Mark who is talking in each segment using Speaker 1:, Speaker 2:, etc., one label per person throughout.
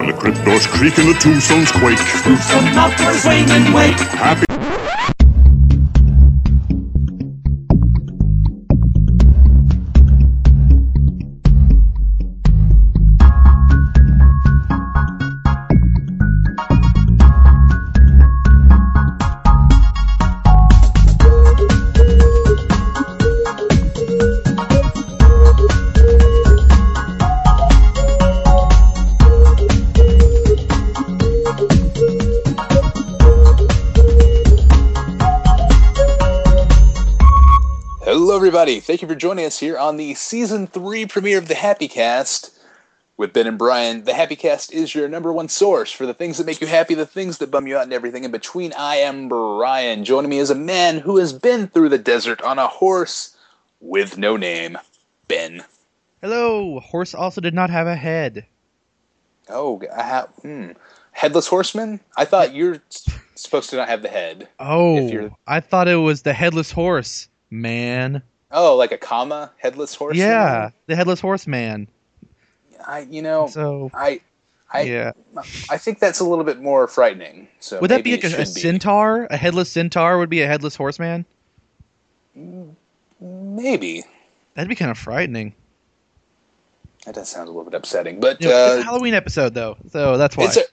Speaker 1: And the crypt doors creak and the tombstones quake.
Speaker 2: Some knockers ring and wake.
Speaker 1: Happy.
Speaker 3: Hello, everybody. Thank you for joining us here on the season three premiere of the Happy Cast with Ben and Brian. The Happy Cast is your number one source for the things that make you happy, the things that bum you out, and everything in between. I am Brian. Joining me is a man who has been through the desert on a horse with no name, Ben.
Speaker 4: Hello! Horse also did not have a head.
Speaker 3: Oh, I have hmm. headless horseman. I thought you're s- supposed to not have the head. If
Speaker 4: Oh,
Speaker 3: you're-
Speaker 4: I thought it was the headless horse man.
Speaker 3: Oh, like a comma, headless horse.
Speaker 4: yeah, the headless horse man.
Speaker 3: I, you know,
Speaker 4: So,
Speaker 3: I, Oh, I,
Speaker 4: yeah.
Speaker 3: I think that's a little bit more frightening. So
Speaker 4: Would that be
Speaker 3: maybe
Speaker 4: like
Speaker 3: it
Speaker 4: a, a
Speaker 3: should be.
Speaker 4: centaur? A headless centaur would be a headless horse man?
Speaker 3: Maybe
Speaker 4: That'd be kind of frightening.
Speaker 3: that does sound a little bit upsetting, but
Speaker 4: You know, it's a
Speaker 3: uh,
Speaker 4: Halloween episode, though, so that's why.
Speaker 3: it's our,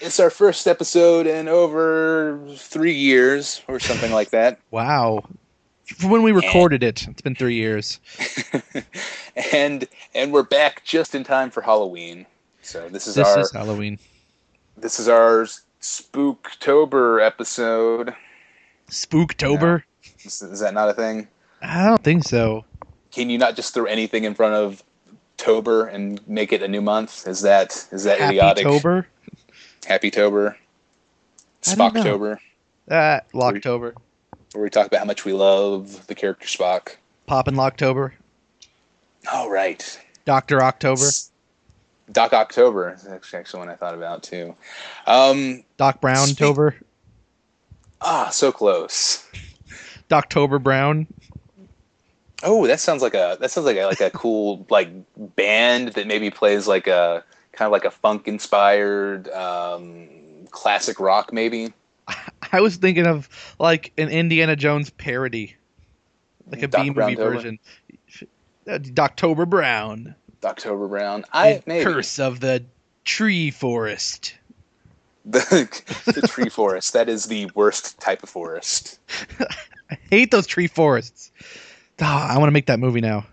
Speaker 3: it's our first episode in over three years or something like that,
Speaker 4: wow. From when we recorded it, it's been three years.
Speaker 3: and and we're back just in time for Halloween. So this is
Speaker 4: This
Speaker 3: our
Speaker 4: is Halloween.
Speaker 3: this is our Spooktober episode.
Speaker 4: Spooktober?
Speaker 3: Is, is that not a thing?
Speaker 4: I don't think so.
Speaker 3: Can you not just throw anything in front of Tober and make it a new month? Is that is that
Speaker 4: Happy
Speaker 3: idiotic?
Speaker 4: Tober?
Speaker 3: Happy Tober,
Speaker 4: I don't know.
Speaker 3: Spocktober,
Speaker 4: Uh, Locktober.
Speaker 3: where we talk about how much we love the character Spock.
Speaker 4: Poppin' Locktober.
Speaker 3: Oh right,
Speaker 4: Dr. October.
Speaker 3: S- Doc October is actually, actually one I thought about too. Um,
Speaker 4: Doc Brown
Speaker 3: Speak-
Speaker 4: Tober.
Speaker 3: ah, so close.
Speaker 4: Doctober Brown.
Speaker 3: Oh, that sounds like a that sounds like a, like a cool like band that maybe plays like a kind of like a funk inspired um, classic rock maybe.
Speaker 4: I was thinking of like an Indiana Jones parody, like a
Speaker 3: Doc
Speaker 4: B
Speaker 3: Brown
Speaker 4: movie
Speaker 3: Tober?
Speaker 4: version. Uh, Doctober Brown,
Speaker 3: October Brown. I
Speaker 4: The
Speaker 3: maybe
Speaker 4: Curse of the Tree Forest.
Speaker 3: the, the tree forest. That is the worst type of forest.
Speaker 4: Hate those tree forests. Ah, I want to make that movie now.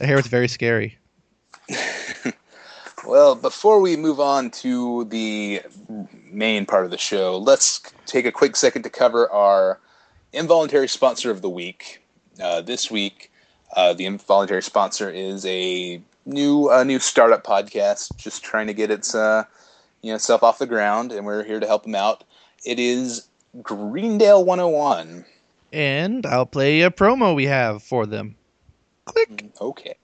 Speaker 4: I hear it's very scary.
Speaker 3: Well, before we move on to the main part of the show, let's take a quick second to cover our involuntary sponsor of the week. Uh, this week, uh, the involuntary sponsor is a new a new startup podcast, just trying to get its uh, you know stuff off the ground, and we're here to help them out. It is Greendale 101.
Speaker 4: And I'll play a promo we have for them. Click.
Speaker 3: Okay.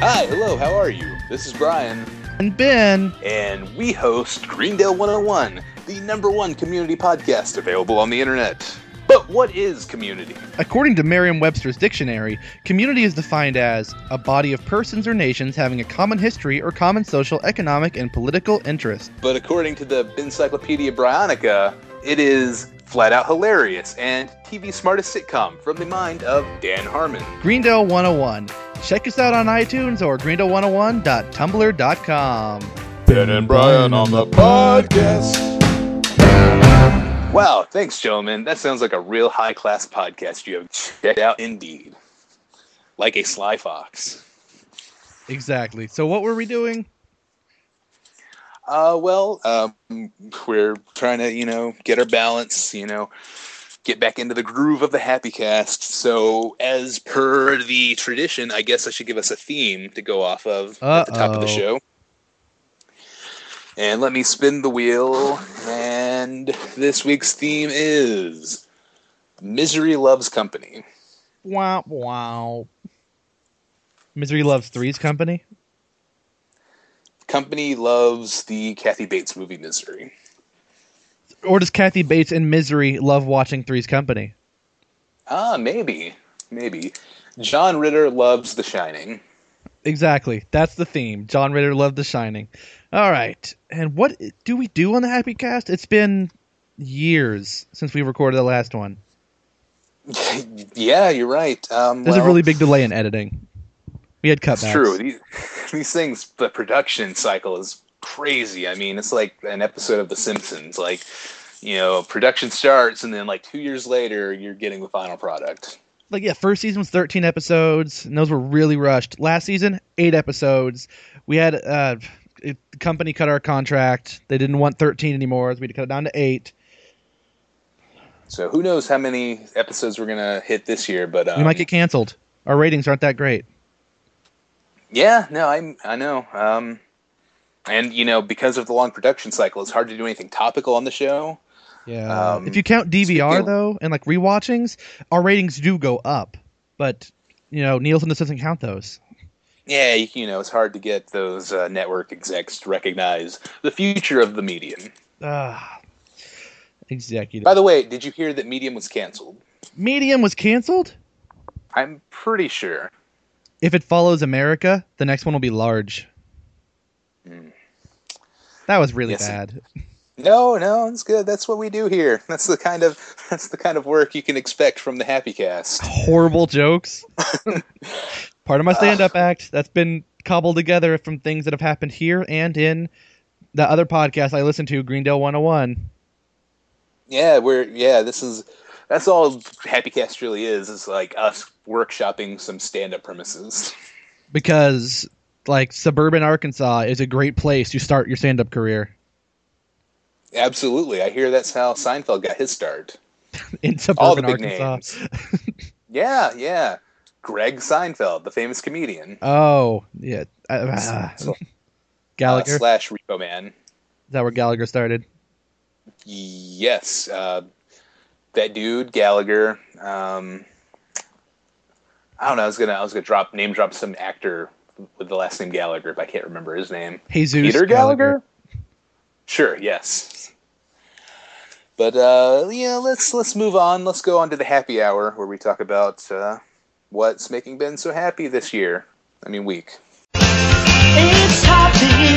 Speaker 3: Hi, hello, how are you? This is Brian,
Speaker 4: And Ben,
Speaker 3: and we host Greendale 101, the number one community podcast available on the internet. But what is community?
Speaker 4: According to Merriam Webster's dictionary, community is defined as a body of persons or nations having a common history or common social, economic, and political interest.
Speaker 3: But according to the Encyclopedia Bryonica, it is flat out hilarious and TV's smartest sitcom from the mind of Dan Harmon.
Speaker 4: Greendale 101. Check us out on iTunes or greendale101.tumblr.com.
Speaker 1: Ben and Brian on the podcast.
Speaker 3: Wow, thanks, gentlemen. That sounds like a real high class podcast you have checked out indeed. Like a sly fox.
Speaker 4: Exactly. So what were we doing?
Speaker 3: Uh, well, um, we're trying to, you know, get our balance, you know, get back into the groove of the happy cast. So, as per the tradition, I guess I should give us a theme to go off of at the top of the show.
Speaker 4: Uh-oh.
Speaker 3: And let me spin the wheel. And this week's theme is Misery Loves Company.
Speaker 4: Wow, wow. Misery Loves Three's Company.
Speaker 3: company loves the Kathy Bates movie Misery.
Speaker 4: Or does Kathy Bates and Misery love watching Three's Company?
Speaker 3: Ah, maybe. maybe. John Ritter loves The Shining.
Speaker 4: Exactly. That's the theme. John Ritter loved The Shining. All right. And what do we do on the Happy Cast? It's been years since we recorded the last one.
Speaker 3: yeah, you're right. Um,
Speaker 4: There's a
Speaker 3: well,
Speaker 4: really big delay in editing. We had cutbacks.
Speaker 3: It's true. These, these things, the production cycle is crazy. I mean, it's like an episode of The Simpsons. Like, you know, production starts, and then like two years later, you're getting the final product.
Speaker 4: Like yeah, first season was 13 episodes, and those were really rushed. Last season, eight episodes. We had uh, it, the company cut our contract. They didn't want 13 anymore, so we had to cut it down to eight.
Speaker 3: So who knows how many episodes we're gonna hit this year? But um,
Speaker 4: we might get canceled. Our ratings aren't that great.
Speaker 3: yeah, no, I I know. Um, and you know, because of the long production cycle, it's hard to do anything topical on the show.
Speaker 4: Yeah.
Speaker 3: Um,
Speaker 4: if you count DVR
Speaker 3: speaking-
Speaker 4: though, and like rewatchings, our ratings do go up. But you know, Nielsen just doesn't count those.
Speaker 3: Yeah, you, you know, it's hard to get those uh, network execs to recognize the future of the medium.
Speaker 4: Ah, executive.
Speaker 3: By the way, did you hear that Medium was canceled?
Speaker 4: Medium was canceled.
Speaker 3: I'm pretty sure.
Speaker 4: If it follows America, the next one will be large. That was really
Speaker 3: Hmm. Yes.
Speaker 4: bad.
Speaker 3: No, no, it's good. That's what we do here. That's the kind of that's the kind of work you can expect from the Happy Cast.
Speaker 4: Horrible jokes. Part of my stand-up act that's been cobbled together from things that have happened here and in the other podcast I listen to, Greendale 101.
Speaker 3: Yeah, we're yeah. This is that's all Happy Cast really is. It's like us workshopping some stand-up premises.
Speaker 4: because like suburban Arkansas is a great place to start your stand-up career
Speaker 3: Absolutely, I hear that's how Seinfeld got his start.
Speaker 4: in suburban
Speaker 3: All the big
Speaker 4: Arkansas.
Speaker 3: names. Yeah, yeah. Greg Seinfeld, the famous comedian
Speaker 4: Oh yeah, Uh, ah.
Speaker 3: Sl-
Speaker 4: Gallagher.
Speaker 3: uh,
Speaker 4: is
Speaker 3: slash Repo Man.
Speaker 4: that where Gallagher started?
Speaker 3: Yes, uh, that dude Gallagher. Um, I don't know. I was gonna I was gonna drop name drop some actor with the last name Gallagher, but I can't remember his name.
Speaker 4: Jesus
Speaker 3: Peter Gallagher? Sure, yes. But uh, yeah, let's let's move on. Let's go on to the happy hour where we talk about uh, what's making Ben so happy this year. I mean, week.
Speaker 2: It's happy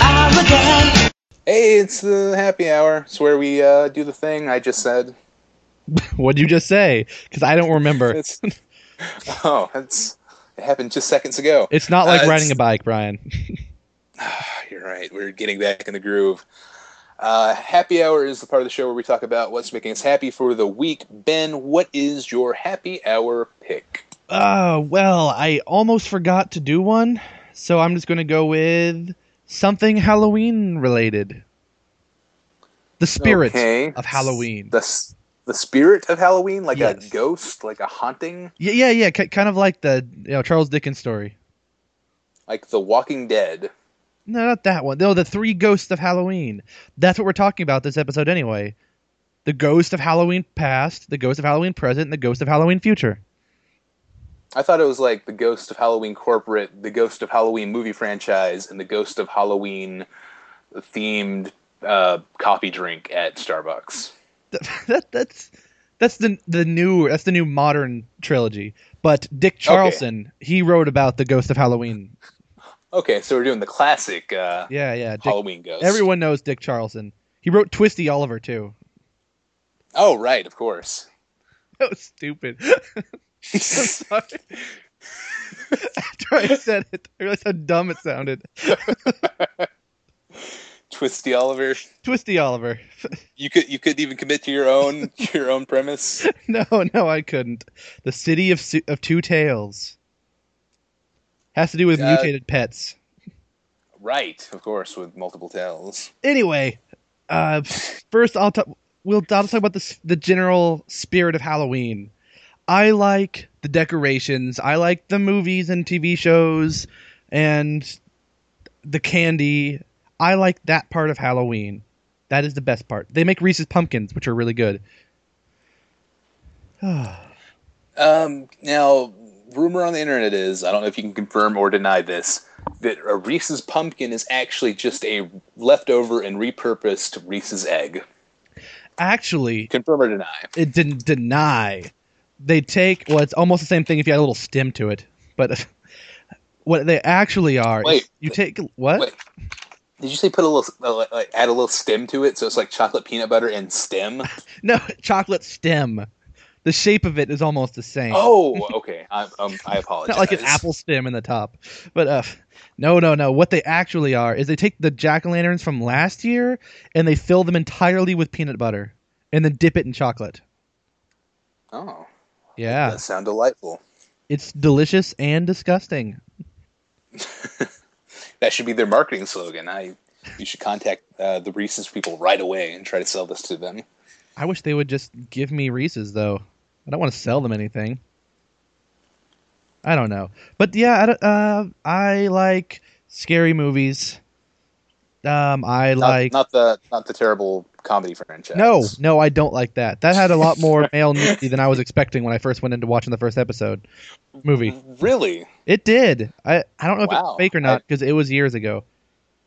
Speaker 2: hour again.
Speaker 3: Hey, it's the happy hour. It's where we uh, do the thing I just said.
Speaker 4: What'd you just say? Because I don't remember.
Speaker 3: It's oh, that's it happened just seconds ago.
Speaker 4: It's not like
Speaker 3: uh,
Speaker 4: riding
Speaker 3: it's-
Speaker 4: a bike, Brian.
Speaker 3: You're right. We're getting back in the groove. Uh, happy hour is the part of the show where we talk about what's making us happy for the week. Ben, what is your happy hour pick?
Speaker 4: Uh, well, I almost forgot to do one, so I'm just going to go with something Halloween related. The spirit
Speaker 3: Okay.
Speaker 4: of Halloween.
Speaker 3: The s- the spirit of Halloween, like
Speaker 4: Yes.
Speaker 3: a ghost, like a haunting,
Speaker 4: Yeah, yeah, yeah. ki kind of like the you know, Charles Dickens story.
Speaker 3: like The Walking Dead.
Speaker 4: No, not that one. No, the three ghosts of Halloween. That's what we're talking about this episode anyway. The ghost of Halloween past, the ghost of Halloween present, and the ghost of Halloween future.
Speaker 3: I thought it was like the ghost of Halloween corporate, the ghost of Halloween movie franchise, and the ghost of Halloween themed uh, coffee drink at Starbucks.
Speaker 4: Th- That, that's that's the the new that's the new modern trilogy. But Dick Charlson, he wrote about the ghost of Halloween.
Speaker 3: Okay, so we're doing the classic uh,
Speaker 4: Yeah, yeah. Dick,
Speaker 3: Halloween ghost.
Speaker 4: everyone knows Dick Charlson. He wrote Twisty Oliver too.
Speaker 3: Oh, right, of course.
Speaker 4: That was stupid. Sorry. After I said it, I realized how dumb it sounded.
Speaker 3: Twisty Oliver.
Speaker 4: Twisty Oliver.
Speaker 3: You could you couldn't even commit to your own your own premise.
Speaker 4: No, no, I couldn't. The city of Su- of two tails has to do with
Speaker 3: Uh,
Speaker 4: mutated pets.
Speaker 3: Right, of course, with multiple tails.
Speaker 4: Anyway, uh, first I'll talk. We'll I'll talk about the s- the general spirit of Halloween. I like the decorations. I like the movies and TV shows, and the candy. I like that part of Halloween. That is the best part. They make Reese's pumpkins, which are really good.
Speaker 3: Um, now, rumor on the internet is I don't know if you can confirm or deny this that a Reese's pumpkin is actually just a leftover and repurposed Reese's egg.
Speaker 4: Actually,
Speaker 3: Confirm or deny?
Speaker 4: it didn't deny they take well, it's almost the same thing if you add a little stem to it. But what they actually are, is
Speaker 3: Wait.
Speaker 4: you take what?
Speaker 3: Wait. Did you say put a little, uh, like, add a little stem to it? So it's like chocolate peanut butter and stem?
Speaker 4: No, chocolate stem. The shape of it is almost the same.
Speaker 3: Oh, okay. I, um, I apologize.
Speaker 4: not like an apple stem in the top. But uh, no, no, no. What they actually are is they take the jack o' lanterns from last year and they fill them entirely with peanut butter and then dip it in chocolate.
Speaker 3: Oh,
Speaker 4: Yeah,
Speaker 3: that sound delightful.
Speaker 4: it's delicious and disgusting.
Speaker 3: That should be their marketing slogan. I, you should contact uh, the Reese's people right away and try to sell this to them.
Speaker 4: I wish they would just give me Reese's though. I don't want to sell them anything. I don't know, but yeah, I, don't- uh, I like scary movies. Um, I
Speaker 3: Not,
Speaker 4: like
Speaker 3: not the not the terrible comedy franchise.
Speaker 4: No, no, I don't like that. That had a lot more male nudity than I was expecting when I first went into watching the first episode movie.
Speaker 3: really,
Speaker 4: It did. I, I don't know if it
Speaker 3: Mm-hmm. Wow.
Speaker 4: was fake or not because it was years ago.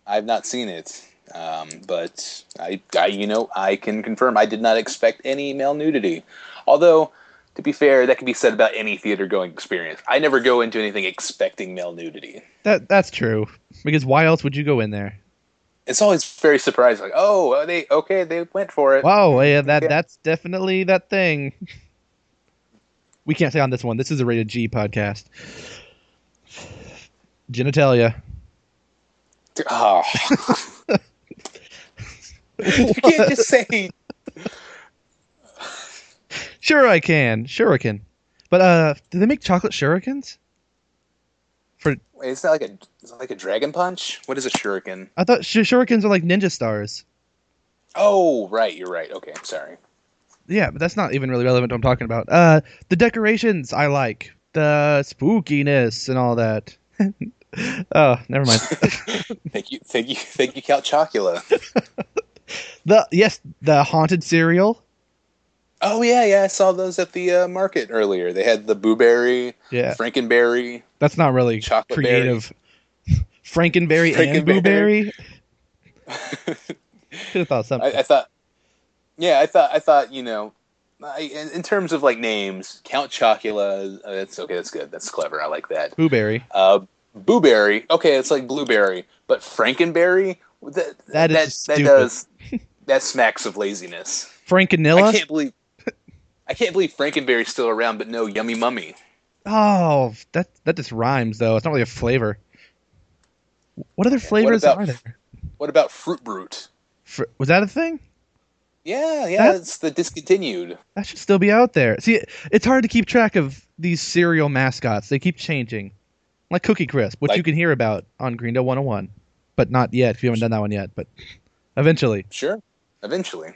Speaker 3: I've not seen it, um, but I, I, you know, I can confirm I did not expect any male nudity. Although, to be fair, that can be said about any theater-going experience. I never go into anything expecting male nudity.
Speaker 4: That that's true because why else would you go in there?
Speaker 3: It's always very surprising. Like, oh, they okay, they went for it.
Speaker 4: Wow, yeah, that
Speaker 3: Yeah.
Speaker 4: that's definitely that thing. We can't say on this one. This is a rated G podcast. Genitalia.
Speaker 3: Oh. you can't just say
Speaker 4: Sure, I can. Shuriken. But uh, do they make chocolate shurikens?
Speaker 3: Wait, it's not like a it's not like a dragon punch. What is a shuriken?
Speaker 4: I thought sh- shurikens are like ninja stars.
Speaker 3: Oh, right, you're right. Okay, sorry.
Speaker 4: yeah, but that's not even really relevant to what I'm talking about. Uh, the decorations I like, the spookiness and all that. oh, never mind.
Speaker 3: Thank you, thank you, thank you, Count Chocula.
Speaker 4: the yes, the haunted cereal.
Speaker 3: Oh yeah, yeah, I saw those at the uh, market earlier. They had the blueberry,
Speaker 4: Yeah,
Speaker 3: Frankenberry.
Speaker 4: that's not really
Speaker 3: Chocolate
Speaker 4: creative. Frankenberry and
Speaker 3: Frankenberry.
Speaker 4: blueberry. Could have thought
Speaker 3: I,
Speaker 4: something.
Speaker 3: I thought, yeah, I thought, I thought, you know, I, in, in terms of like names, Count Chocula. Uh, that's okay. That's good. That's clever. I like that.
Speaker 4: Blueberry.
Speaker 3: Uh, blueberry. Okay, it's like blueberry, but Frankenberry. That that,
Speaker 4: That is
Speaker 3: that
Speaker 4: stupid.
Speaker 3: does that smacks of laziness. I
Speaker 4: Frankenilla.
Speaker 3: can't believe I can't believe Frankenberry's still around, but no Yummy Mummy.
Speaker 4: Oh, that that just rhymes though. It's not really a flavor. What other flavors
Speaker 3: about-
Speaker 4: are there?
Speaker 3: What about Fruit Brute?
Speaker 4: Fr- was that a thing?
Speaker 3: Yeah, yeah,
Speaker 4: That-
Speaker 3: it's the discontinued.
Speaker 4: That should still be out there. See, it's hard to keep track of these cereal mascots. They keep changing. Like Cookie Crisp, which
Speaker 3: Like-
Speaker 4: you can hear about on Greendale 101, but not yet. If you haven't done that one yet, but eventually.
Speaker 3: Sure. Eventually.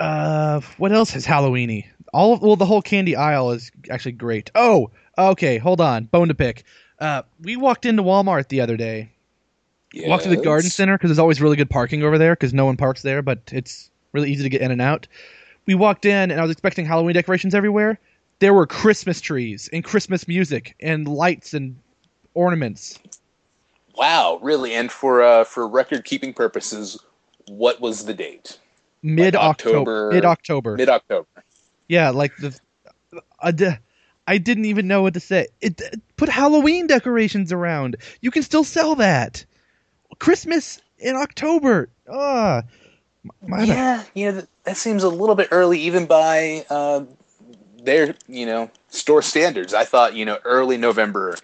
Speaker 4: Uh, what else is Halloweeny? All of, well, the whole candy aisle is actually great. Oh, okay, hold on, bone to pick. Uh, we walked into Walmart the other day. Walked to the garden
Speaker 3: Yes.
Speaker 4: center because there's always really good parking over there because no one parks there, but it's really easy to get in and out. We walked in and I was expecting Halloween decorations everywhere. There were Christmas trees and Christmas music and lights and ornaments.
Speaker 3: Wow, really? And for uh, for record keeping purposes, what was the date?
Speaker 4: Mid October,
Speaker 3: October-
Speaker 4: mid October,
Speaker 3: Mid October.
Speaker 4: yeah, like the. I, d- I didn't even know what to say. It, put Halloween decorations around. You can still sell that. Christmas in October. Ah, my, my-
Speaker 3: Yeah, you know, that seems a little bit early, even by uh, their you know store standards. I thought you know early November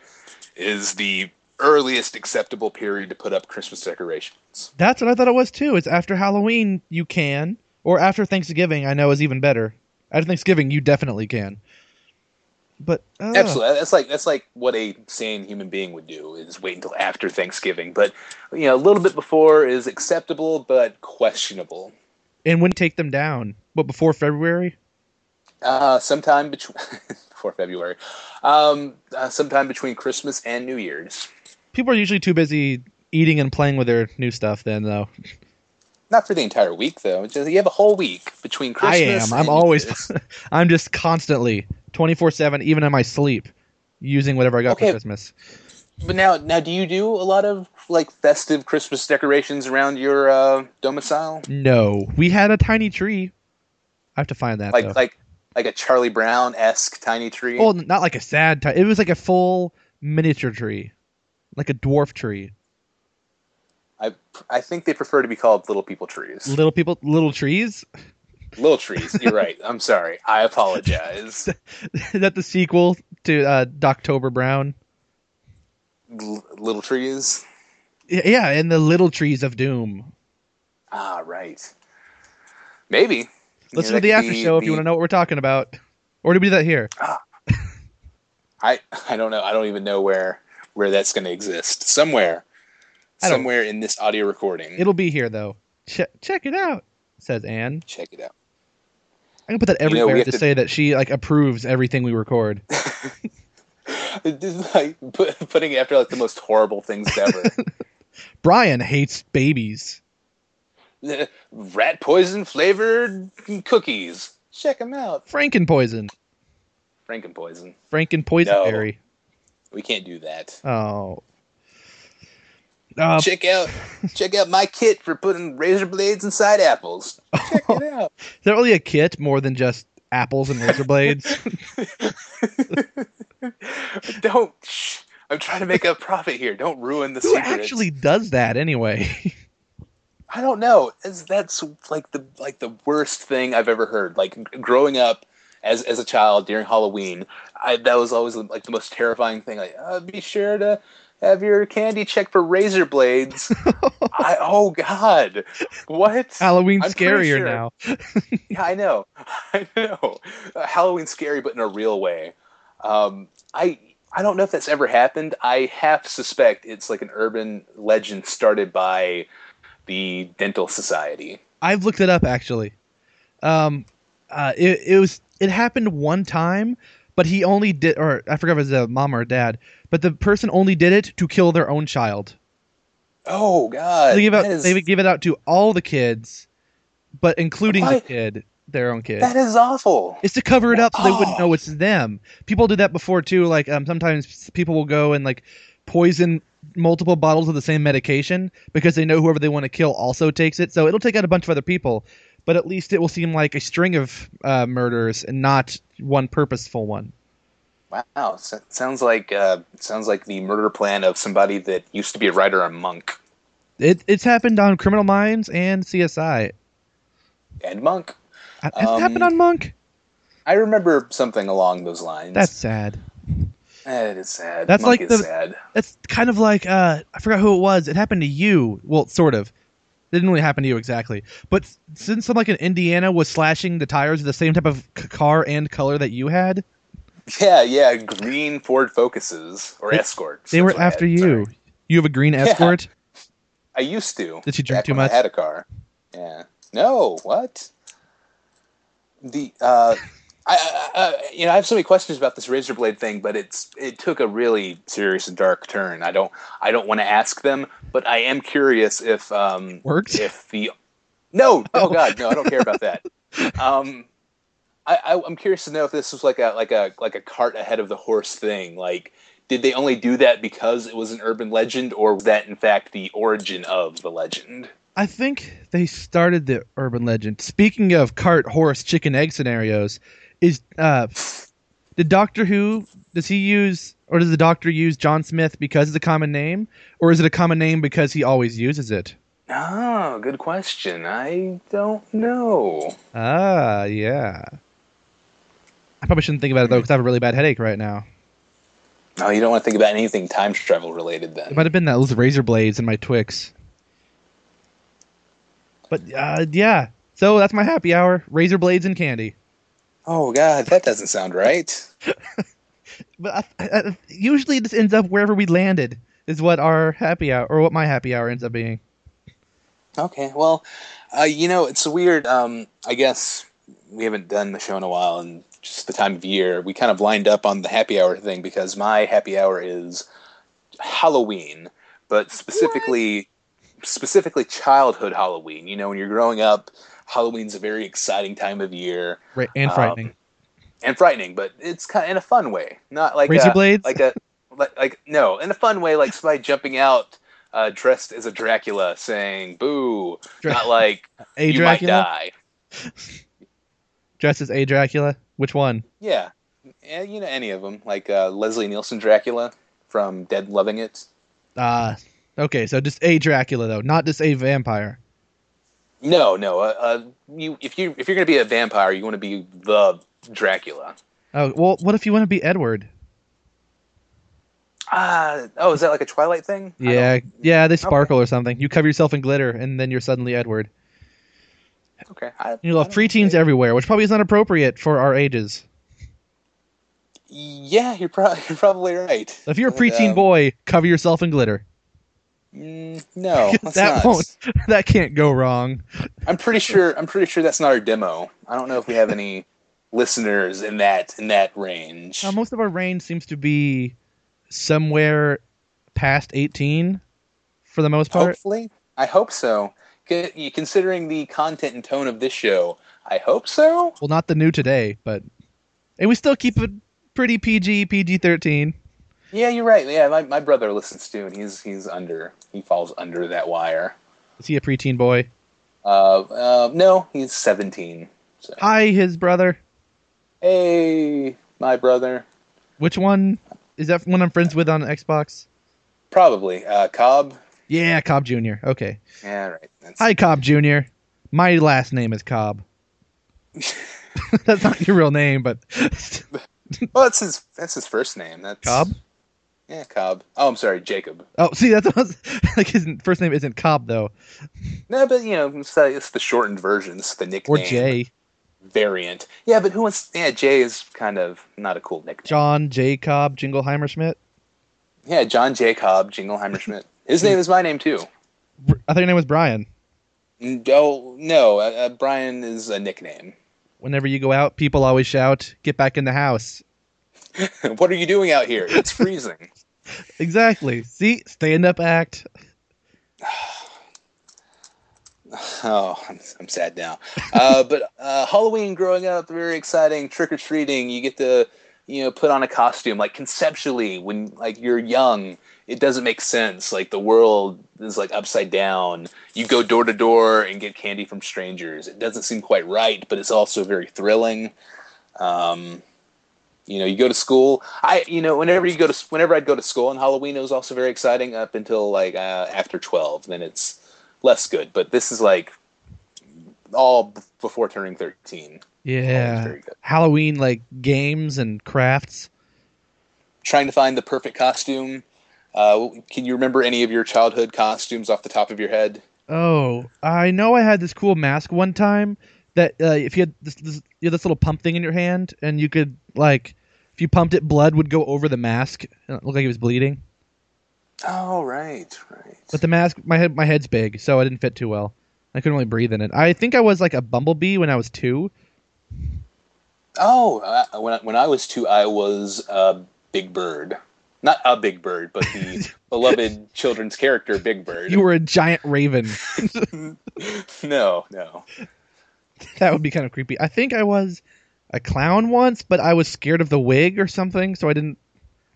Speaker 3: is the earliest acceptable period to put up Christmas decorations.
Speaker 4: That's what I thought it was too. It's after Halloween you can, or after Thanksgiving. I know is even better. After Thanksgiving you definitely can. But uh,
Speaker 3: Absolutely, that's like that's like what a sane human being would do is wait until after Thanksgiving. But you know, a little bit before is acceptable but questionable.
Speaker 4: and when take them down? But before February?
Speaker 3: Uh, sometime between before February, um, uh, sometime between Christmas and New Year's.
Speaker 4: People are usually too busy eating and playing with their new stuff. Then though,
Speaker 3: Not for the entire week though. Just, you have a whole week between
Speaker 4: I
Speaker 3: Christmas.
Speaker 4: am. I'm
Speaker 3: and New
Speaker 4: always.
Speaker 3: Year's.
Speaker 4: I'm just constantly twenty four seven, even in my sleep, using whatever I got
Speaker 3: Okay.
Speaker 4: for Christmas.
Speaker 3: But now, now, do you do a lot of like festive Christmas decorations around your uh, domicile?
Speaker 4: No, we had a tiny tree. I have to find that
Speaker 3: Like,
Speaker 4: though.
Speaker 3: like, like a Charlie Brown esque tiny tree.
Speaker 4: Well, not like a sad type. It was like a full miniature tree, like a dwarf tree.
Speaker 3: I I think they prefer to be called little people trees.
Speaker 4: Little people, little trees.
Speaker 3: little trees. You're right. I'm sorry. I apologize.
Speaker 4: Is that the sequel to uh, Doctober Brown?
Speaker 3: L- little trees.
Speaker 4: Y- Yeah, and the Little Trees of Doom.
Speaker 3: Ah, right. Maybe.
Speaker 4: Listen to the after show if you want to know what we're talking about, or do we do that here?
Speaker 3: I I don't know. I don't even know where where that's going to exist. Somewhere,
Speaker 4: I don't-
Speaker 3: somewhere in this audio recording.
Speaker 4: It'll be here though. Che- check it out, says Anne.
Speaker 3: check it out.
Speaker 4: I can put that
Speaker 3: You know, we
Speaker 4: everywhere
Speaker 3: have
Speaker 4: to,
Speaker 3: to-
Speaker 4: say that she like approves everything we record.
Speaker 3: This is like put, putting it after like the most horrible things ever.
Speaker 4: Brian hates babies.
Speaker 3: The Rat poison flavored cookies. Check them out.
Speaker 4: Frankenpoison.
Speaker 3: Frankenpoison.
Speaker 4: Frankenpoisonberry.
Speaker 3: We can't do that.
Speaker 4: Oh. Uh,
Speaker 3: check out check out my kit for putting razor blades inside apples. Check it out.
Speaker 4: Is that really a kit more than just apples and razor blades?
Speaker 3: Don't. Shh, I'm trying to make a profit here. Don't ruin the
Speaker 4: Who
Speaker 3: secret.
Speaker 4: actually does that anyway?
Speaker 3: I don't know. It's, that's like the like the worst thing I've ever heard. Like g- growing up as as a child during Halloween, I, that was always like the most terrifying thing. Like, uh, be sure to have your candy checked for razor blades. I, oh God, what?
Speaker 4: Halloween's
Speaker 3: I'm pretty
Speaker 4: scarier
Speaker 3: sure.
Speaker 4: now.
Speaker 3: Yeah, I know. I know. Uh, Halloween's scary, but in a real way. Um, I I don't know if that's ever happened. I half suspect it's like an urban legend started by the dental society.
Speaker 4: I've looked it up actually. Um, uh, it, it was it happened one time, but he only did, or I forgot if it was a mom or a dad, but the person only did it to kill their own child.
Speaker 3: Oh God!
Speaker 4: They give out,
Speaker 3: that, is,
Speaker 4: they would give it out to all the kids, but including
Speaker 3: Why-
Speaker 4: the kid, their own kid.
Speaker 3: that is awful.
Speaker 4: It's to cover it up so they wouldn't
Speaker 3: Oh.
Speaker 4: know it's them. People did that before too. Like um, sometimes people will go and like poison multiple bottles of the same medication because they know whoever they want to kill also takes it. So it'll take out a bunch of other people, but at least it will seem like a string of uh, murders and not one purposeful one.
Speaker 3: Wow, so, sounds like uh, sounds like the murder plan of somebody that used to be a writer, a monk,
Speaker 4: It, it's happened on Criminal Minds and CSI.
Speaker 3: and monk.
Speaker 4: Has it happened
Speaker 3: Um,
Speaker 4: on Monk?
Speaker 3: I remember something along those lines.
Speaker 4: That's sad.
Speaker 3: that is sad.
Speaker 4: that's
Speaker 3: monk
Speaker 4: like
Speaker 3: is
Speaker 4: the-
Speaker 3: sad.
Speaker 4: That's kind of like uh, I forgot who it was. It happened to you. Well, sort of. It didn't really happen to you exactly. But s- since some like in Indiana was slashing the tires of the same type of c- car and color that you had,
Speaker 3: Yeah, yeah, green Ford Focuses or Escorts.
Speaker 4: they
Speaker 3: that's
Speaker 4: were
Speaker 3: what I had,
Speaker 4: after you.
Speaker 3: sorry.
Speaker 4: You have a green escort.
Speaker 3: I used to.
Speaker 4: Did you drink
Speaker 3: back
Speaker 4: too
Speaker 3: when
Speaker 4: much?
Speaker 3: I had a car. Yeah. No. What? The uh, I, I, I you know I have so many questions about this razor blade thing, but it's it took a really serious and dark turn. I don't I don't want to ask them, but I am curious if um
Speaker 4: Worked?
Speaker 3: if the no oh god no I don't care about that. Um, I, I I'm curious to know if this was like a like a like a cart ahead of the horse thing. Like, did they only do that because it was an urban legend, or was that in fact the origin of the legend?
Speaker 4: I think they started the urban legend. Speaking of cart, horse, chicken, egg scenarios, is uh, did Doctor Who does he use or does the Doctor use John Smith because it's a common name, or is it a common name because he always uses it?
Speaker 3: Oh, good question. I don't know.
Speaker 4: Ah, yeah. I probably shouldn't think about it though, because I have a really bad headache right now.
Speaker 3: Oh, you don't want to think about anything time travel related then.
Speaker 4: It might have been those razor blades in my Twix. But uh, yeah, so that's my happy hour: razor blades and candy.
Speaker 3: oh God, that doesn't sound right.
Speaker 4: But I, I, I- usually, this ends up wherever we landed is what our happy hour or what my happy hour ends up being.
Speaker 3: Okay, well, uh, you know, it's weird. Um, I guess we haven't done the show in a while, and just the time of year, we kind of lined up on the happy hour thing because my happy hour is Halloween, but specifically, specifically childhood Halloween. You know, when you're growing up, Halloween's a very exciting time of year
Speaker 4: Right and
Speaker 3: Um,
Speaker 4: frightening.
Speaker 3: and frightening, but it's kind of in a fun way, not like
Speaker 4: razor
Speaker 3: a,
Speaker 4: blades.
Speaker 3: like a like, like no in a fun way like somebody jumping out uh, dressed as a dracula saying boo
Speaker 4: Dra-
Speaker 3: not like
Speaker 4: a
Speaker 3: you might
Speaker 4: Dracula.
Speaker 3: die
Speaker 4: dressed as a Dracula? Which one?
Speaker 3: Yeah, and, you know any of them, like uh, Leslie Nielsen Dracula from Dead Loving It.
Speaker 4: Uh okay, so just a Dracula though, not just a vampire.
Speaker 3: No, no. Uh, uh, you if you if you're gonna be a vampire, you want to be the Dracula.
Speaker 4: Oh well, what if you want to be Edward?
Speaker 3: Uh, oh, is that like a Twilight thing? I
Speaker 4: Yeah,
Speaker 3: don't-
Speaker 4: yeah, they sparkle or something. You cover yourself in glitter, and then you're suddenly Edward.
Speaker 3: Okay. I,
Speaker 4: You'll
Speaker 3: I
Speaker 4: have
Speaker 3: don't
Speaker 4: preteens
Speaker 3: think-
Speaker 4: everywhere, which probably is not appropriate for our ages.
Speaker 3: Yeah, you're probably you're probably right.
Speaker 4: If you're a
Speaker 3: Uh,
Speaker 4: preteen
Speaker 3: um,
Speaker 4: boy, cover yourself in glitter.
Speaker 3: mm, no, let's
Speaker 4: that
Speaker 3: not.
Speaker 4: won't. That can't go wrong.
Speaker 3: I'm pretty sure. I'm pretty sure that's not our demo. I don't know if we have any listeners in that in that range.
Speaker 4: Now, Uh, most of our range seems to be somewhere past 18 for the most part.
Speaker 3: Hopefully, I hope so. C- you- Considering the content and tone of this show, I hope so.
Speaker 4: Well, not the new today, but. And we still keep it pretty PG, PG 13.
Speaker 3: Yeah, you're right. Yeah, my, my brother listens too, and he's he's under he falls under that wire.
Speaker 4: Is he a preteen boy?
Speaker 3: Uh, uh no, he's 17. So.
Speaker 4: Hi, his brother.
Speaker 3: Hey, my brother.
Speaker 4: Which one? Is that one I'm friends with on Xbox?
Speaker 3: Probably uh, Cobb.
Speaker 4: Yeah, Cobb Jr. Okay.
Speaker 3: Yeah, right. That's,
Speaker 4: Hi, Cobb Jr. My last name is Cobb. That's not your real name, but
Speaker 3: well, that's his that's his first name. That's
Speaker 4: Cobb.
Speaker 3: Yeah, Cobb. Oh, I'm sorry, Jacob.
Speaker 4: Oh, see, that's what I was, like his first name isn't Cobb though,
Speaker 3: No, but you know, it's, uh, it's the shortened version. It's the
Speaker 4: or
Speaker 3: nickname
Speaker 4: Jay,
Speaker 3: variant. Yeah, but who wants? Yeah, Jay is kind of not a cool nickname.
Speaker 4: John J. Cobb Jingleheimer Schmidt.
Speaker 3: Yeah, John J. Cobb Jingleheimer Schmidt. His name is my name too.
Speaker 4: Br- I think your name was Brian.
Speaker 3: No, no, uh, uh, Brian is a nickname.
Speaker 4: Whenever you go out, people always shout, "Get back in the house!"
Speaker 3: what are you doing out here? It's freezing.
Speaker 4: Exactly. See, stand up act.
Speaker 3: Oh, I'm, I'm sad now. Uh, but uh, Halloween growing up, very exciting. Trick or treating, you get to you know put on a costume. Like conceptually, when like you're young, it doesn't make sense. Like the world is like upside down. You go door to door and get candy from strangers. It doesn't seem quite right, but it's also very thrilling. Um, you know, you go to school. I, you know, whenever you go to, whenever I'd go to school on Halloween, it was also very exciting up until like uh, after twelve. Then it's less good. But this is like all b- before turning thirteen. Always
Speaker 4: Yeah.
Speaker 3: very good.
Speaker 4: Halloween like games and crafts.
Speaker 3: Trying to find the perfect costume. Uh, can you remember any of your childhood costumes off the top of your head?
Speaker 4: Oh, I know I had this cool mask one time that uh, if you had this, this you had this little pump thing in your hand and you could like if you pumped it, blood would go over the mask and it looked like it was bleeding.
Speaker 3: Oh right, right.
Speaker 4: But the mask, my head, my head's big, so I didn't fit too well. I couldn't really breathe in it. I think I was like a bumblebee when I was two.
Speaker 3: oh, uh, when I, when I was two, I was a big bird. Not a big bird, but the beloved children's character, Big Bird.
Speaker 4: You were a giant raven.
Speaker 3: no, no.
Speaker 4: that would be kind of creepy. I think I was a clown once, but I was scared of the wig or something, so I didn't.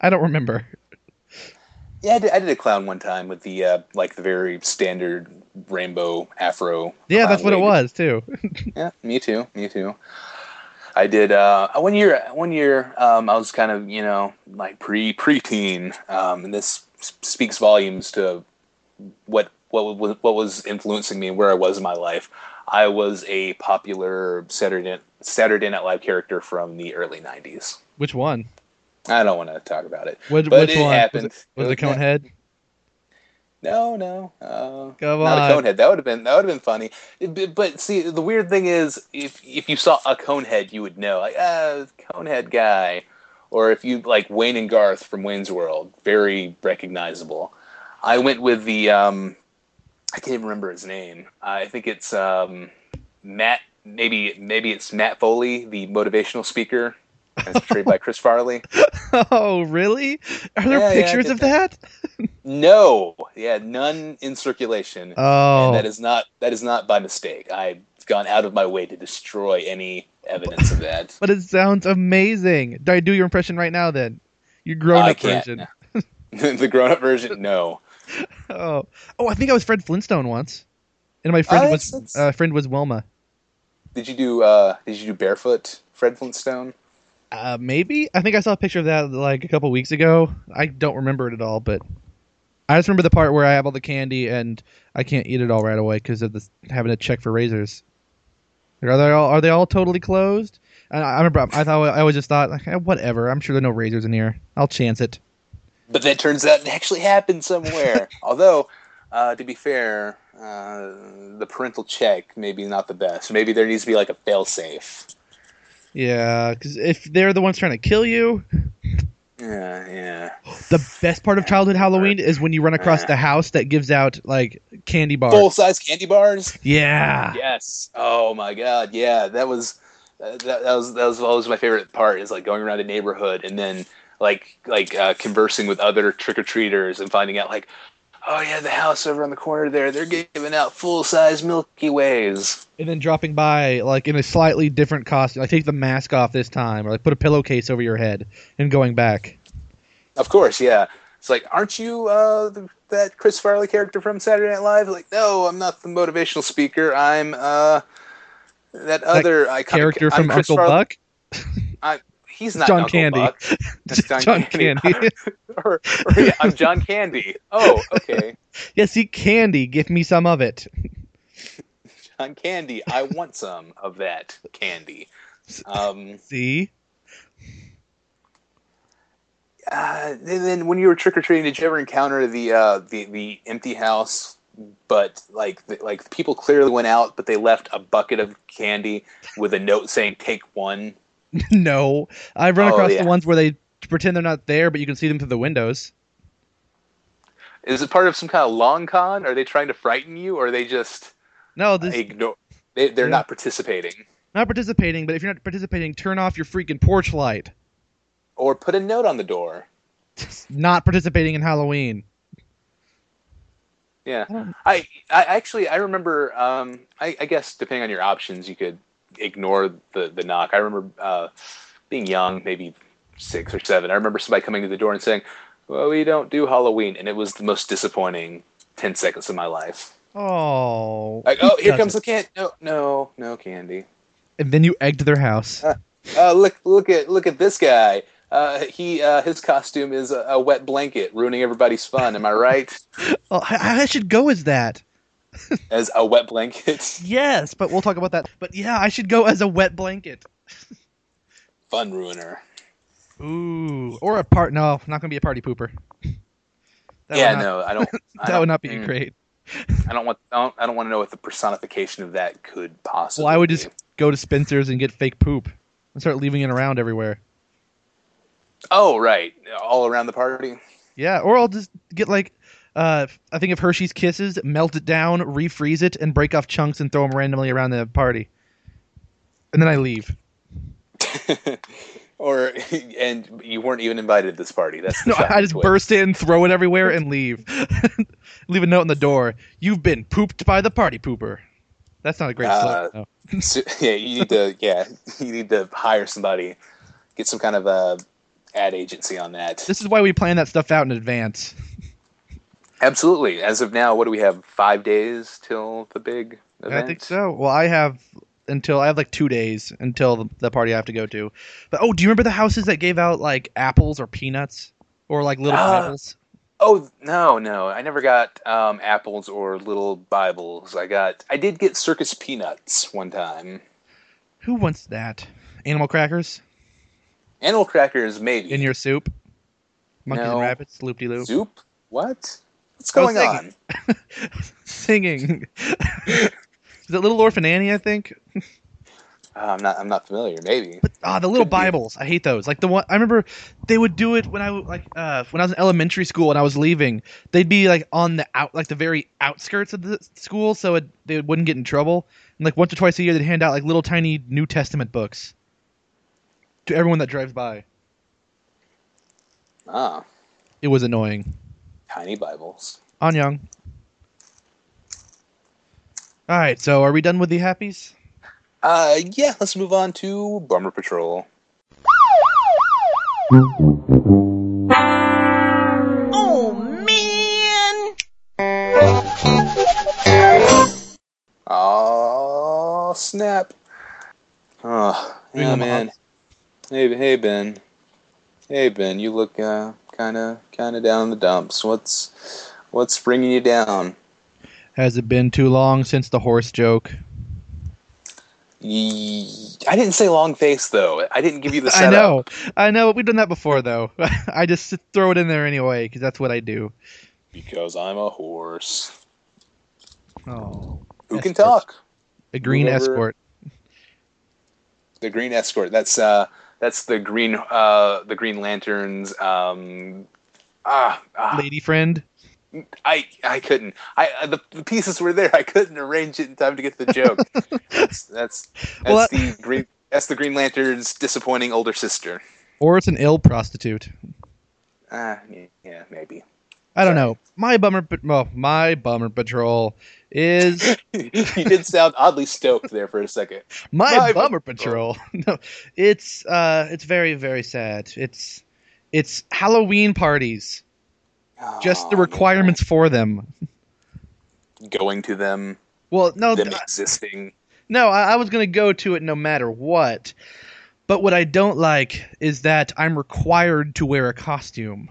Speaker 4: I don't remember.
Speaker 3: Yeah, I did, I did a clown one time with the uh, like the very standard rainbow afro.
Speaker 4: Yeah,
Speaker 3: clown
Speaker 4: that's what it
Speaker 3: wig.
Speaker 4: was too.
Speaker 3: Yeah, me too. Me too. I did uh, one year. One year, um, I was kind of you know like pre preteen, um, and this s- speaks volumes to what what was what was influencing me and where I was in my life. I was a popular Saturday Night- Saturday Night Live character from the early '90s.
Speaker 4: Which one?
Speaker 3: I don't want to talk about it,
Speaker 4: Which,
Speaker 3: but
Speaker 4: which
Speaker 3: it
Speaker 4: one
Speaker 3: happened.
Speaker 4: Was it, was it
Speaker 3: na-
Speaker 4: Conehead?
Speaker 3: No, no. Uh,
Speaker 4: Come
Speaker 3: not
Speaker 4: on.
Speaker 3: a conehead. That would have been that would have been funny. It- but- but see, the weird thing is, if if you saw a conehead, you would know, like, ah, conehead guy, or if you like Wayne and Garth from Wayne's World, very recognizable. I went with the um, I can't even remember his name. I think it's um, Matt. Maybe maybe it's Matt Foley, the motivational speaker, as portrayed by Chris Farley.
Speaker 4: Oh, really? Are there
Speaker 3: Yeah, yeah, I
Speaker 4: pictures
Speaker 3: did
Speaker 4: of that?
Speaker 3: No, yeah, none in circulation.
Speaker 4: Oh,
Speaker 3: And that is not that is not by mistake. I've gone out of my way to destroy any evidence of that.
Speaker 4: but it sounds amazing. Do I do your impression right now? Then your grown-up
Speaker 3: I can't.
Speaker 4: version.
Speaker 3: the grown up version, no.
Speaker 4: Oh, oh, I think I was Fred Flintstone once, and my friend
Speaker 3: Oh,
Speaker 4: was
Speaker 3: that's- that's-
Speaker 4: uh, friend was Wilma.
Speaker 3: Did you do uh, Did you do Barefoot Fred Flintstone?
Speaker 4: Uh, maybe I think I saw a picture of that like a couple weeks ago. I don't remember it at all, but I just remember the part where I have all the candy and I can't eat it all right away because of this, having to check for razors. Like, Are they all Are they all totally closed? And I I remember I thought I always just thought like eh, whatever. I'm sure there are no razors in here. I'll chance it.
Speaker 3: But that turns out it actually happened somewhere. Although, uh, to be fair, uh, the parental check maybe not the best. Maybe there needs to be like a failsafe.
Speaker 4: Yeah, because if they're the ones trying to kill you,
Speaker 3: Yeah, yeah.
Speaker 4: the best part of childhood Halloween is when you run across the house that gives out like candy bars.
Speaker 3: Full size candy bars.
Speaker 4: Yeah.
Speaker 3: Yes. Oh my God. Yeah, that was that, that was that was always my favorite part is like going around the neighborhood and then like like uh, conversing with other trick or treaters and finding out like, oh yeah, the house over on the corner there, they're giving out full size Milky Ways.
Speaker 4: and then dropping by like in a slightly different costume like take the mask off this time or like put a pillowcase over your head and going back
Speaker 3: Of course, yeah. It's like, aren't you uh, th- that Chris Farley character from Saturday Night Live? Like, no, I'm not the motivational speaker. I'm uh, that other iconic
Speaker 4: character
Speaker 3: I'm
Speaker 4: from
Speaker 3: Chris
Speaker 4: uncle
Speaker 3: Farley-
Speaker 4: buck
Speaker 3: I, he's not
Speaker 4: John
Speaker 3: Uncle
Speaker 4: Candy.
Speaker 3: Buck. That's John,
Speaker 4: John
Speaker 3: Candy.
Speaker 4: Candy.
Speaker 3: or, or, yeah, I'm John Candy. Oh, okay.
Speaker 4: yes see candy give me some of it
Speaker 3: John Candy. I want some of that candy. Um,
Speaker 4: see
Speaker 3: uh, and then when you were trick or treating, did you ever encounter the uh, the the empty house? But like the, like people clearly went out, but they left a bucket of candy with a note saying "Take one."
Speaker 4: no i've run
Speaker 3: Oh,
Speaker 4: across
Speaker 3: yeah.
Speaker 4: the ones where they pretend they're not there but you can see them through the windows
Speaker 3: Is it part of some kind of long con? Are they trying to frighten you, or are they just
Speaker 4: no this
Speaker 3: ignore? They, they're
Speaker 4: Yeah.
Speaker 3: not participating.
Speaker 4: not participating but if you're not participating turn off your freaking porch light
Speaker 3: or put a note on the door.
Speaker 4: not participating in halloween
Speaker 3: Yeah,
Speaker 4: I don't-
Speaker 3: I, I actually I remember. Um, I, I guess depending on your options, you could ignore the the knock. I remember uh, being young, maybe six or seven. I remember somebody coming to the door and saying, "Well, we don't do Halloween," and it was the most disappointing ten seconds of my life.
Speaker 4: oh
Speaker 3: Like, oh, here
Speaker 4: does
Speaker 3: comes
Speaker 4: it?
Speaker 3: the candy. No, no, no candy.
Speaker 4: and then you egged their house
Speaker 3: Uh, look, look at look at this guy. Uh, he uh, his costume is a, a wet blanket, ruining everybody's fun. Am I right?
Speaker 4: oh, I, I should go as that
Speaker 3: As a wet blanket,
Speaker 4: Yes, but we'll talk about that. But yeah, I should go as a wet blanket.
Speaker 3: fun ruiner.
Speaker 4: Ooh, or a part. No, I'm not gonna be a party pooper. That
Speaker 3: yeah,
Speaker 4: would not,
Speaker 3: no, I don't. I
Speaker 4: that
Speaker 3: don't-
Speaker 4: would not be
Speaker 3: mm,
Speaker 4: great.
Speaker 3: I don't want. I don't, I don't want to know what the personification of that could possibly.
Speaker 4: Well, I would
Speaker 3: be.
Speaker 4: just go to Spencer's and get fake poop and start leaving it around everywhere.
Speaker 3: Oh, right, all around the party.
Speaker 4: Yeah, or I'll just get like, uh, I think of Hershey's Kisses, melt it down, refreeze it, and break off chunks and throw them randomly around the party. And then I leave.
Speaker 3: or and you weren't even invited to this party. That's the
Speaker 4: No, I
Speaker 3: shocking
Speaker 4: just
Speaker 3: twist.
Speaker 4: burst in, throw it everywhere, and leave. leave a note on the door. You've been pooped by the party pooper. That's not a great
Speaker 3: Uh,
Speaker 4: slogan. though.
Speaker 3: So- yeah, you need to. Yeah, you need to hire somebody, get some kind of a ad agency on that.
Speaker 4: This is why we plan that stuff out in advance.
Speaker 3: Absolutely. As of now, what do we have? Five days till the big event.
Speaker 4: I think so. Well, I have until I have like two days until the, the party I have to go to. But oh, do you remember the houses that gave out like apples or peanuts or like little
Speaker 3: Ah.
Speaker 4: apples?
Speaker 3: Oh no, no! I never got um, apples or little Bibles. I got, I did get circus peanuts one time.
Speaker 4: Who wants that? Animal crackers
Speaker 3: Animal crackers, maybe.
Speaker 4: in your soup? Monkeys
Speaker 3: No.
Speaker 4: and rabbits, loop de loop.
Speaker 3: soup? What? What's
Speaker 4: I was
Speaker 3: going
Speaker 4: thinking-
Speaker 3: on?
Speaker 4: Singing. Is it Little Orphan Annie? I think.
Speaker 3: Uh, I'm not, I'm not familiar. Maybe.
Speaker 4: But ah, the little
Speaker 3: Could be.
Speaker 4: Bibles, I hate those. Like the one I remember, they would do it when I w- like uh, when I was in elementary school and I was leaving. They'd be like on the out, like the very outskirts of the school, so it, they wouldn't get in trouble. And like once or twice a year, they'd hand out like little tiny New Testament books to everyone that drives by.
Speaker 3: Ah,
Speaker 4: It was annoying.
Speaker 3: tiny Bibles.
Speaker 4: Anyang. All right, so are we done with the happies?
Speaker 3: Uh, yeah. Let's move on to Bummer Patrol.
Speaker 2: Oh, man.
Speaker 3: Oh snap!
Speaker 4: doing
Speaker 3: oh,
Speaker 4: all my
Speaker 3: man.
Speaker 4: odds.
Speaker 3: Hey, hey, Ben. Hey, Ben. You look uh, kind of, kind of down in the dumps. What's, what's bringing you down?
Speaker 4: Has it been too long since the horse joke?
Speaker 3: Ye- I didn't say long face though. I didn't give you the
Speaker 4: I
Speaker 3: setup.
Speaker 4: know, I know. We've done that before, though. I just throw it in there anyway because that's what I do.
Speaker 3: Because I'm a horse.
Speaker 4: Oh,
Speaker 3: Who
Speaker 4: Yes,
Speaker 3: can talk?
Speaker 4: a green
Speaker 3: Whoever-
Speaker 4: escort.
Speaker 3: The Green Escort. That's uh, that's the Green uh, the Green Lanterns. Um, ah, ah
Speaker 4: lady friend.
Speaker 3: I I couldn't. I uh, the, the pieces were there. I couldn't arrange it in time to get the joke. that's that's, that's
Speaker 4: Well, that-
Speaker 3: the Green. That's the Green Lantern's disappointing older sister.
Speaker 4: Or it's an ill prostitute.
Speaker 3: Ah, yeah, yeah, maybe.
Speaker 4: I don't
Speaker 3: Sorry.
Speaker 4: know. My bummer, pa- well, my bummer patrol is
Speaker 3: you did sound oddly stoked there for a second.
Speaker 4: my,
Speaker 3: My
Speaker 4: bummer
Speaker 3: bummer
Speaker 4: patrol. no, it's uh, it's very very sad. It's it's Halloween parties. Just the
Speaker 3: Aw, man.
Speaker 4: requirements for them.
Speaker 3: going to them,
Speaker 4: Well, no,
Speaker 3: them
Speaker 4: th-
Speaker 3: existing.
Speaker 4: No, I, I was going to go to it no matter what. But what I don't like is that I'm required to wear a costume.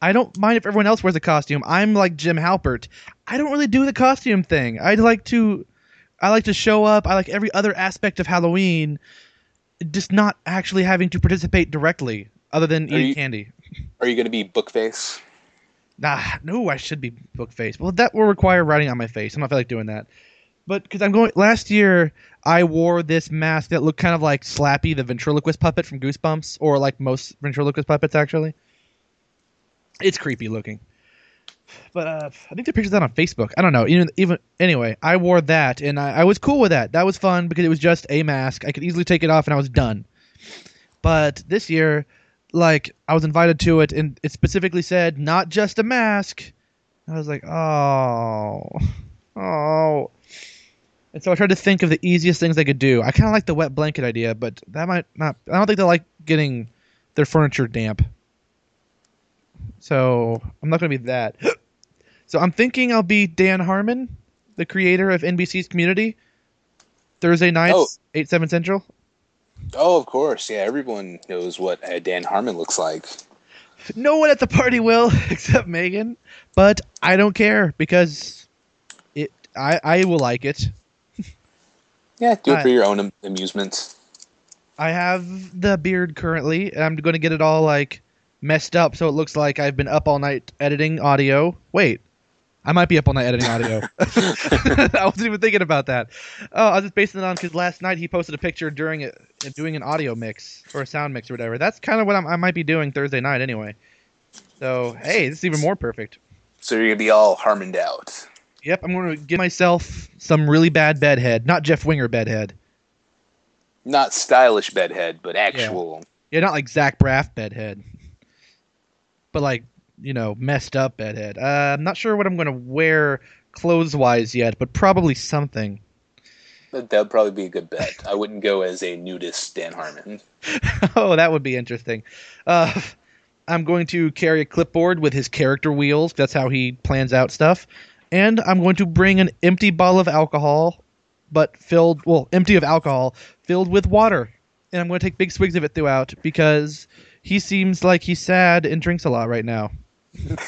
Speaker 4: I don't mind if everyone else wears a costume. I'm like Jim Halpert. I don't really do the costume thing. I like to I like to show up. I like every other aspect of Halloween just not actually having to participate directly other than
Speaker 3: Are
Speaker 4: eating
Speaker 3: you-
Speaker 4: candy.
Speaker 3: Are you going to be Bookface?
Speaker 4: Nah, no, I should be book faced. Well, that will require writing on my face. I'm not feeling like doing that. But because I'm going last year, I wore this mask that looked kind of like Slappy, the ventriloquist puppet from Goosebumps, or like most ventriloquist puppets actually. It's creepy looking. But uh, I think the picture's that on Facebook. I don't know. Even, even anyway, I wore that and I, I was cool with that. That was fun because it was just a mask. I could easily take it off and I was done. But this year, like I was invited to it, and it specifically said not just a mask. And I was like, oh, oh. And so I tried to think of the easiest things I could do. I kind of like the wet blanket idea, but that might not. I don't think they like getting their furniture damp. So I'm not going to be that. so I'm thinking I'll be Dan Harmon, the creator of NBC's Community, Thursday nights, eight seven central.
Speaker 3: Oh, of course. Yeah, everyone knows what uh, Dan Harmon looks like.
Speaker 4: No one at the party will except Megan, but I don't care because it I I will like it.
Speaker 3: Yeah, do it
Speaker 4: Hi.
Speaker 3: for your own am- amusement.
Speaker 4: I have the beard currently and I'm going to get it all like messed up so it looks like I've been up all night editing audio. Wait. I might be up all night editing audio. I wasn't even thinking about that. Oh, I was just basing it on because last night he posted a picture during it doing an audio mix or a sound mix or whatever. That's kind of what I'm, I might be doing Thursday night anyway. So hey, this is even more perfect.
Speaker 3: So you're going to be all Harmoned out.
Speaker 4: Yep, I'm going to give myself some really bad bedhead, not Jeff Winger bedhead.
Speaker 3: Not stylish bedhead, but actual.
Speaker 4: Yeah, not like Zach Braff bedhead, but like you know messed up bedhead. Uh, I'm not sure what I'm going to wear clothes wise yet, but probably something.
Speaker 3: That would probably be a good bet. I wouldn't go as a nudist Dan Harmon.
Speaker 4: oh, that would be interesting. Uh, I'm going to carry a clipboard with his character wheels. That's how he plans out stuff. And I'm going to bring an empty bottle of alcohol, but filled, well, empty of alcohol, filled with water. And I'm going to take big swigs of it throughout because he seems like he's sad and drinks a lot right now.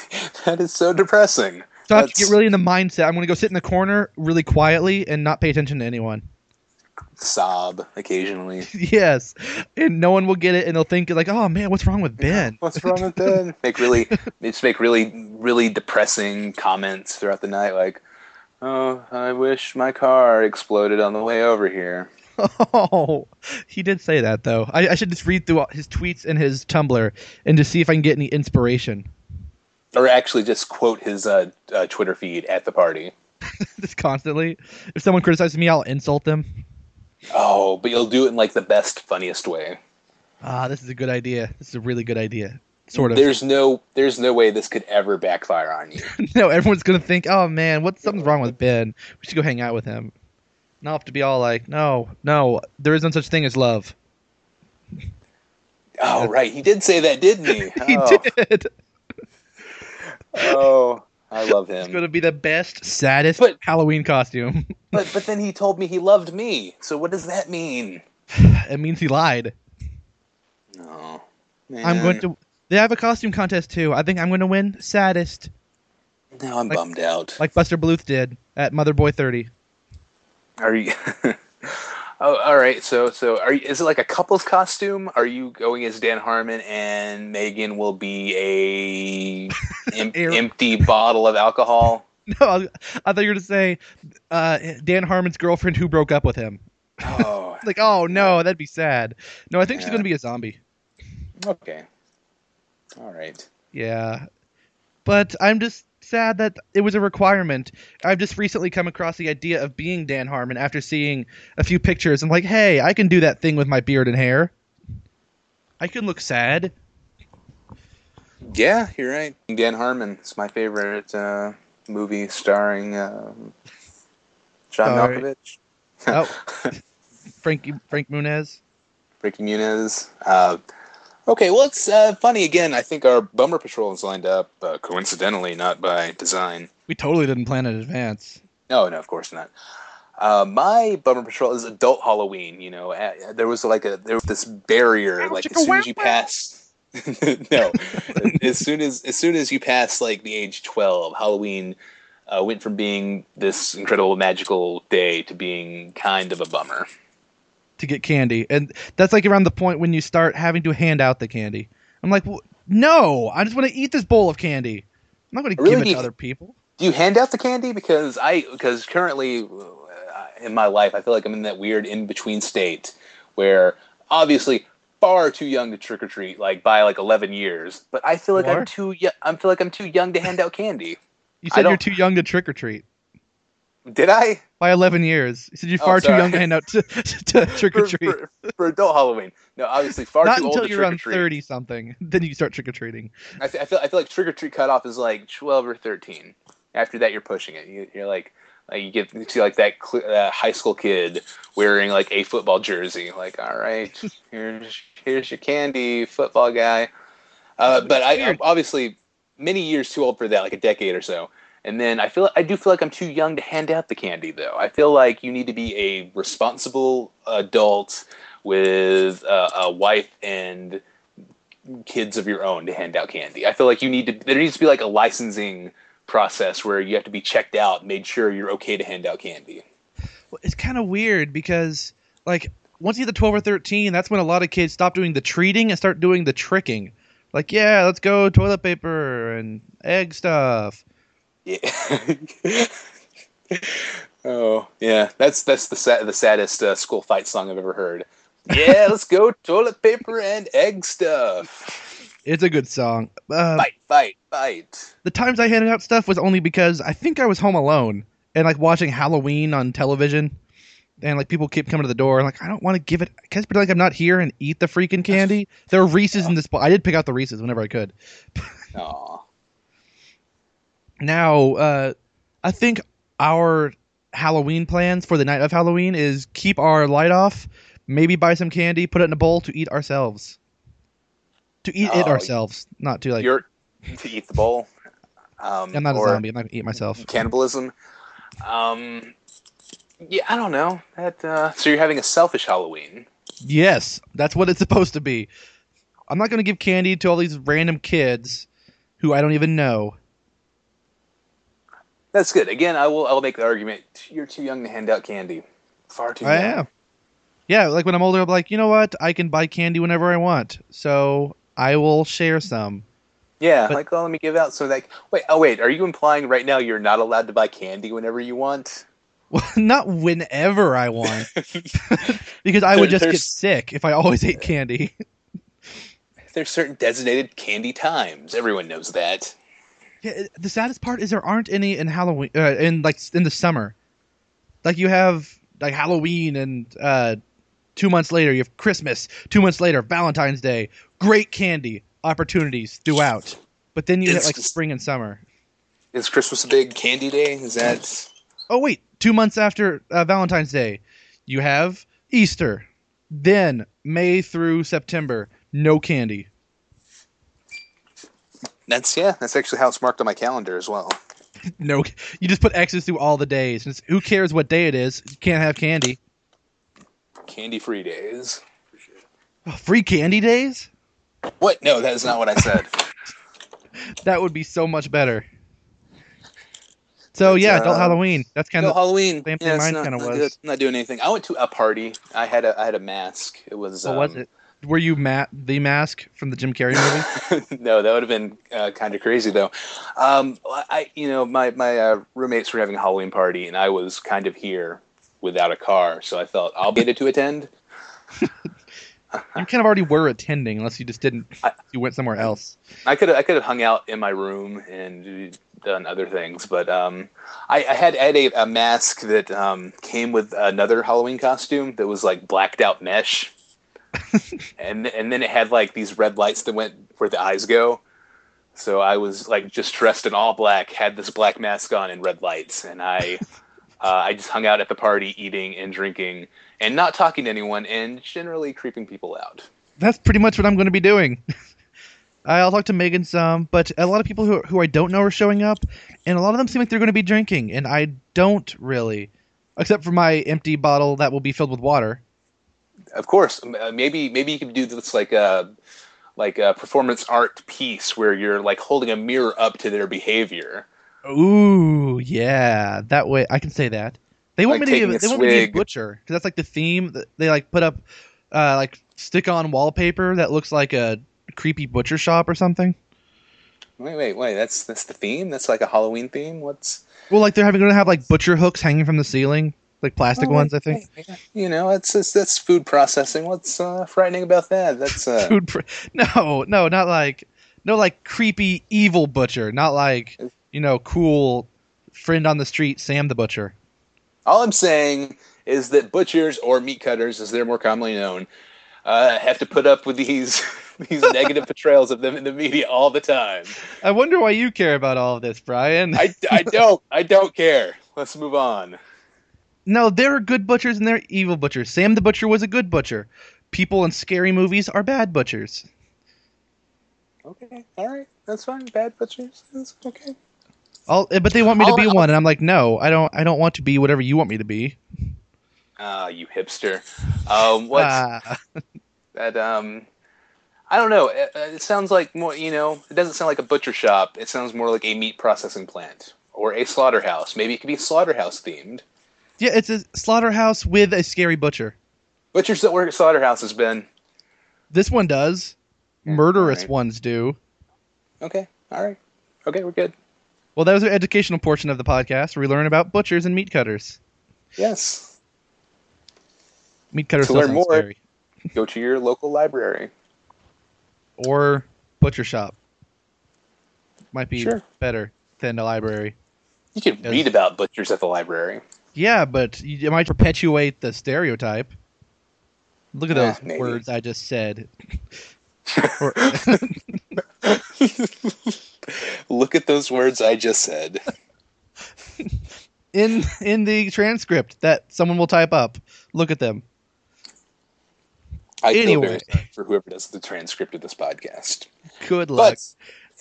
Speaker 3: that is so depressing.
Speaker 4: So I have to
Speaker 3: That's-
Speaker 4: get really in the mindset. I'm going to go sit in the corner really quietly and not pay attention to anyone.
Speaker 3: Sob occasionally.
Speaker 4: yes. And no one will get it and they'll think, like, oh man, what's wrong with Ben?
Speaker 3: What's wrong with Ben? make really, just make really, really depressing comments throughout the night, like, "Oh, I wish my car exploded on the way over here."
Speaker 4: Oh, he did say that though. I, I should just read through all his tweets and his Tumblr and just see if I can get any inspiration.
Speaker 3: Or actually, just quote his uh, uh, Twitter feed at the party.
Speaker 4: just constantly. If someone criticizes me, I'll insult them.
Speaker 3: Oh, but you'll do it in like the best, funniest way.
Speaker 4: Ah, this is a good idea. This is a really good idea. Sort of.
Speaker 3: There's no, there's no way this could ever backfire on you.
Speaker 4: no, everyone's gonna think, oh man, what something's wrong with Ben. We should go hang out with him. And I'll have to be all like, no, no, there is no such thing as love.
Speaker 3: Oh, right, he did say that, didn't he?
Speaker 4: He
Speaker 3: oh,
Speaker 4: did.
Speaker 3: oh, I love
Speaker 4: It's gonna
Speaker 3: him.
Speaker 4: be the best, saddest
Speaker 3: But-
Speaker 4: Halloween costume.
Speaker 3: But, but then he told me he loved me. So what does that mean?
Speaker 4: it means he lied.
Speaker 3: No.
Speaker 4: I'm going to. They have a costume contest too. I think I'm going to win saddest,
Speaker 3: Now I'm
Speaker 4: like-
Speaker 3: bummed out.
Speaker 4: like Buster Bluth did at Mother Boy 30.
Speaker 3: Are you? oh, all right. So, so are you, is it like a couple's costume? Are you going as Dan Harmon and Megan will be a em-
Speaker 4: Air-
Speaker 3: empty bottle of alcohol?
Speaker 4: No, I, I thought you were going to say uh, Dan Harmon's girlfriend who broke up with him.
Speaker 3: Oh,
Speaker 4: Like, oh no, that'd be sad. No, I think she's
Speaker 3: Yeah.
Speaker 4: going to be a zombie.
Speaker 3: okay. All right.
Speaker 4: Yeah. But I'm just sad that it was a requirement. I've just recently come across the idea of being Dan Harmon after seeing a few pictures. I'm like, hey, I can do that thing with my beard and hair. I can look sad.
Speaker 3: Yeah, you're right. Dan Harmon is my favorite uh, movie starring um, John
Speaker 4: Sorry.
Speaker 3: Malkovich,
Speaker 4: Oh, Frankie Frank Munez.
Speaker 3: Ricky Muniz. Uh, okay, well, it's uh, funny again. I think our Bummer Patrol is lined up uh, coincidentally, not by design.
Speaker 4: We totally didn't plan in advance.
Speaker 3: Oh, No, no, of course not. Uh, my bummer patrol is adult Halloween. You know, Uh, there was like a there was this barrier. like as soon as you pass, no, as soon as as soon as you pass like the age twelve, Halloween uh, went from being this incredible magical day to being kind of a bummer.
Speaker 4: to get candy, and that's like around the point when you start having to hand out the candy. I'm like, "Wh- no, I just want to eat this bowl of candy. I'm not going to
Speaker 3: I really
Speaker 4: give it
Speaker 3: need-
Speaker 4: to other people.
Speaker 3: Do you hand out the candy? Because I because currently uh, in my life, I feel like I'm in that weird in between state where obviously far too young to trick or treat, like by like 11 years. But I feel like
Speaker 4: Or-
Speaker 3: I'm too young. I feel like I'm too young to hand out candy.
Speaker 4: You
Speaker 3: I
Speaker 4: said you're
Speaker 3: don't-
Speaker 4: too young to trick or treat
Speaker 3: Did I
Speaker 4: by 11 years. You said you're
Speaker 3: Oh,
Speaker 4: far too
Speaker 3: sorry.
Speaker 4: young to hand out to, to trick or
Speaker 3: for,
Speaker 4: treat.
Speaker 3: for, for adult Halloween? No, obviously far
Speaker 4: Not
Speaker 3: too old
Speaker 4: until
Speaker 3: to
Speaker 4: you're
Speaker 3: trick or
Speaker 4: around
Speaker 3: treat.
Speaker 4: 30 something, then you start trick or treating.
Speaker 3: I, fe- I feel I feel like trick or treat cutoff is like 12 or 13. After that, you're pushing it. You, you're like. Like you get you see like that cl- uh, high school kid wearing like a football jersey. Like, all right, here's here's your candy, football guy. Uh, but I, I'm obviously many years too old for that, like a decade or so. And then I feel I do feel like I'm too young to hand out the candy, though. I feel like you need to be a responsible adult with uh, a wife and kids of your own to hand out candy. I feel like you need to there needs to be like a licensing process where you have to be checked out, made sure you're okay to hand out candy.
Speaker 4: Well, It's kind of weird because, like, once you hit the 12 or 13, that's when a lot of kids stop doing the treating and start doing the tricking. Like, yeah, let's go toilet paper and egg stuff.
Speaker 3: Yeah. oh yeah, that's that's the sa- the saddest uh, school fight song I've ever heard. Yeah, let's go toilet paper and egg stuff.
Speaker 4: It's a good song. Uh,
Speaker 3: Fight, fight, fight.
Speaker 4: the times I handed out stuff was only because I think I was home alone and like watching Halloween on television, and like people keep coming to the door. And like I don't want to give it. Can I just pretend like I'm not here and eat the freaking candy? There are Reese's in this. Bo- I did pick out the Reese's whenever I could.
Speaker 3: Aw.
Speaker 4: Now, uh, I think our Halloween plans for the night of Halloween is keep our light off, maybe buy some candy, put it in a bowl to eat ourselves. To eat it
Speaker 3: Oh,
Speaker 4: ourselves, not to like.
Speaker 3: you're to eat the bowl. Um,
Speaker 4: I'm not a
Speaker 3: or
Speaker 4: zombie. I'm not gonna eat myself.
Speaker 3: Cannibalism. Um, yeah, I don't know. That uh, so you're having a selfish Halloween.
Speaker 4: Yes, that's what it's supposed to be. I'm not going to give candy to all these random kids who I don't even know.
Speaker 3: That's good. Again, I will I will make the argument. You're too young to hand out candy. Far too
Speaker 4: I
Speaker 3: young.
Speaker 4: am. Yeah, like when I'm older, I'm like, you know what? I can buy candy whenever I want, so I will share some.
Speaker 3: Yeah,
Speaker 4: But-
Speaker 3: like, oh, let me give out. So, like, wait, oh, wait, are you implying right now you're not allowed to buy candy whenever you want?
Speaker 4: Well, not whenever I want, because I would
Speaker 3: There-
Speaker 4: just get
Speaker 3: there's-
Speaker 4: sick if I always ate candy.
Speaker 3: There's certain designated candy times. Everyone knows that.
Speaker 4: Yeah, the saddest part is there aren't any in Halloween, uh, in like in the summer. Like you have like Halloween, and uh, two months later you have Christmas. Two months later, Valentine's Day. Great candy opportunities throughout, but then you hit
Speaker 3: It's
Speaker 4: like
Speaker 3: just-
Speaker 4: spring and summer.
Speaker 3: Is Christmas a big candy day? Is that
Speaker 4: Oh wait, two months after uh, Valentine's Day, you have Easter. Then May through September, no candy.
Speaker 3: that's yeah? That's actually how it's marked on my calendar as well.
Speaker 4: No, you just put X's through all the days. And it's, who cares what day it is? You can't have candy.
Speaker 3: candy free days.
Speaker 4: Oh, Free candy days?
Speaker 3: What? No, that is not what I said.
Speaker 4: That would be so much better. So
Speaker 3: That's,
Speaker 4: yeah, adult
Speaker 3: uh,
Speaker 4: Halloween. That's kind
Speaker 3: no,
Speaker 4: of
Speaker 3: Halloween.
Speaker 4: same thing
Speaker 3: yeah, it's
Speaker 4: mine
Speaker 3: not,
Speaker 4: kinda
Speaker 3: not
Speaker 4: was.
Speaker 3: good. I'm not doing anything. I went to a party. I had a I had a mask. It was
Speaker 4: what
Speaker 3: um,
Speaker 4: was it? Were you Matt the Mask from the Jim Carrey movie?
Speaker 3: no, that would have been uh, kind of crazy though. Um, I, you know, my my uh, roommates were having a Halloween party, and I was kind of here without a car, so I felt obligated to attend.
Speaker 4: you kind of already were attending, unless you just didn't.
Speaker 3: I-
Speaker 4: you went somewhere else.
Speaker 3: I could I could have hung out in my room and done other things, but um, I, I had I had a, a mask that um, came with another Halloween costume that was like blacked out mesh, and and then it had like these red lights that went where the eyes go. So I was like just dressed in all black, had this black mask on and red lights, and I uh, I just hung out at the party, eating and drinking, and not talking to anyone, and generally creeping people out.
Speaker 4: That's pretty much what I'm going to be doing. I'll talk to Megan some, but a lot of people who, who I don't know are showing up, and a lot of them seem like they're going to be drinking, and I don't really, except for my empty bottle that will be filled with water.
Speaker 3: Of course, M- uh, maybe maybe you could do this like a like a performance art piece where you're like holding a mirror up to their behavior,
Speaker 4: Ooh, yeah. That way I can say that. They want
Speaker 3: Like
Speaker 4: me to
Speaker 3: taking
Speaker 4: be,
Speaker 3: a
Speaker 4: they want me to be a
Speaker 3: swig.
Speaker 4: butcher because that's like the theme. that They like put up uh, like stick on wallpaper that looks like a creepy butcher shop or something.
Speaker 3: Wait, wait, wait. That's that's the theme. That's like a Halloween theme. What's
Speaker 4: Well, like they're having going to have like butcher hooks hanging from the ceiling, like plastic
Speaker 3: Oh,
Speaker 4: ones, I
Speaker 3: wait,
Speaker 4: think.
Speaker 3: wait, You know, that's that's, that's food processing. What's uh, frightening about that? That's uh,
Speaker 4: Food pr- no, no, not like no like creepy evil butcher, not like you know cool friend on the street Sam the butcher.
Speaker 3: all I'm saying is that butchers or meat cutters, as they're more commonly known, uh, have to put up with these these negative portrayals of them in the media all the time.
Speaker 4: I wonder why you care about all of this, Brian.
Speaker 3: I, I don't I don't care. Let's move on.
Speaker 4: No, there are good butchers and there are evil butchers. Sam the Butcher was a good butcher. People in scary movies are bad butchers.
Speaker 3: Okay, all right, that's fine. Bad butchers, that's okay.
Speaker 4: All, eh, but they want me to
Speaker 3: I'll-
Speaker 4: be
Speaker 3: I'll-
Speaker 4: one, and I'm like, no, I don't. I don't want to be whatever you want me to be.
Speaker 3: Ah, you hipster. Um, what's
Speaker 4: Ah,
Speaker 3: that? Um, I don't know. It, uh, it sounds like more. You know, it doesn't sound like a butcher shop. It sounds more like a meat processing plant or a slaughterhouse. Maybe it could be slaughterhouse themed.
Speaker 4: yeah, it's a slaughterhouse with a scary butcher.
Speaker 3: Butchers that work at slaughterhouses, Ben.
Speaker 4: This one does.
Speaker 3: Yeah,
Speaker 4: Murderous
Speaker 3: alright.
Speaker 4: ones do.
Speaker 3: Okay, all right. Okay, we're good.
Speaker 4: Well, that was our educational portion of the podcast where we learn about butchers and meat cutters.
Speaker 3: Yes.
Speaker 4: Meat cutters
Speaker 3: To
Speaker 4: still
Speaker 3: learn
Speaker 4: sounds
Speaker 3: more-
Speaker 4: scary.
Speaker 3: Go to your local library.
Speaker 4: Or butcher shop. Might be
Speaker 3: Sure.
Speaker 4: better than a library.
Speaker 3: You could
Speaker 4: Yes.
Speaker 3: read about butchers at the library.
Speaker 4: Yeah, but you it might perpetuate the stereotype. Look at
Speaker 3: Eh,
Speaker 4: those
Speaker 3: maybe.
Speaker 4: words I just said. Or-
Speaker 3: Look at those words I just said.
Speaker 4: in in the transcript that someone will type up. Look at them.
Speaker 3: I feel
Speaker 4: Anyway.
Speaker 3: very sorry for whoever does the transcript of this podcast.
Speaker 4: Good luck.
Speaker 3: But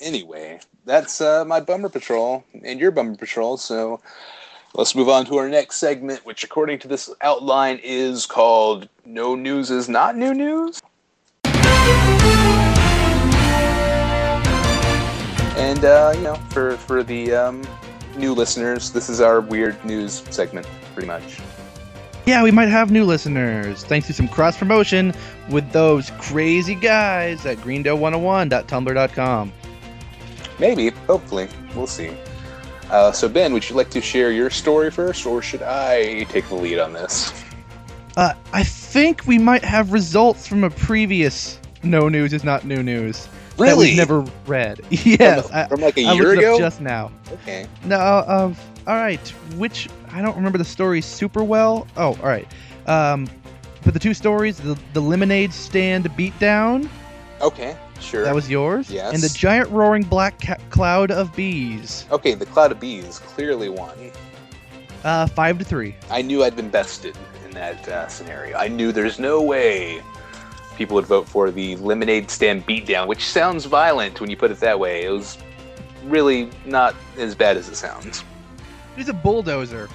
Speaker 3: anyway, that's uh, my bummer patrol and your bummer patrol. So let's move on to our next segment, which, according to this outline, is called "No News Is Not New News." And uh, you know, for for the um, new listeners, this is our weird news segment, pretty much.
Speaker 4: Yeah, we might have new listeners thanks to some cross promotion with those crazy guys at greendoe101.tumblr.com.
Speaker 3: Maybe, hopefully, we'll see. Uh, so, Ben, would you like to share your story first, or should I take the lead on this?
Speaker 4: Uh, I think we might have results from a previous no news is not new news that we've never read. Yes, I,
Speaker 3: From like a
Speaker 4: I
Speaker 3: year
Speaker 4: looked it
Speaker 3: ago?
Speaker 4: up just now.
Speaker 3: okay.
Speaker 4: No, uh, all right. Which I don't remember the story super well. Oh, all right. Um, but the two stories, the, the lemonade stand beatdown,
Speaker 3: Okay. Sure.
Speaker 4: that was yours,
Speaker 3: Yes.
Speaker 4: and the giant roaring black ca- cloud of bees,
Speaker 3: okay. The cloud of bees clearly won.
Speaker 4: uh, five to three.
Speaker 3: I knew I'd been bested in that uh, scenario. I knew there's no way people would vote for the lemonade stand beatdown, which sounds violent when you put it that way. It was really not as bad as it sounds.
Speaker 4: He's a bulldozer.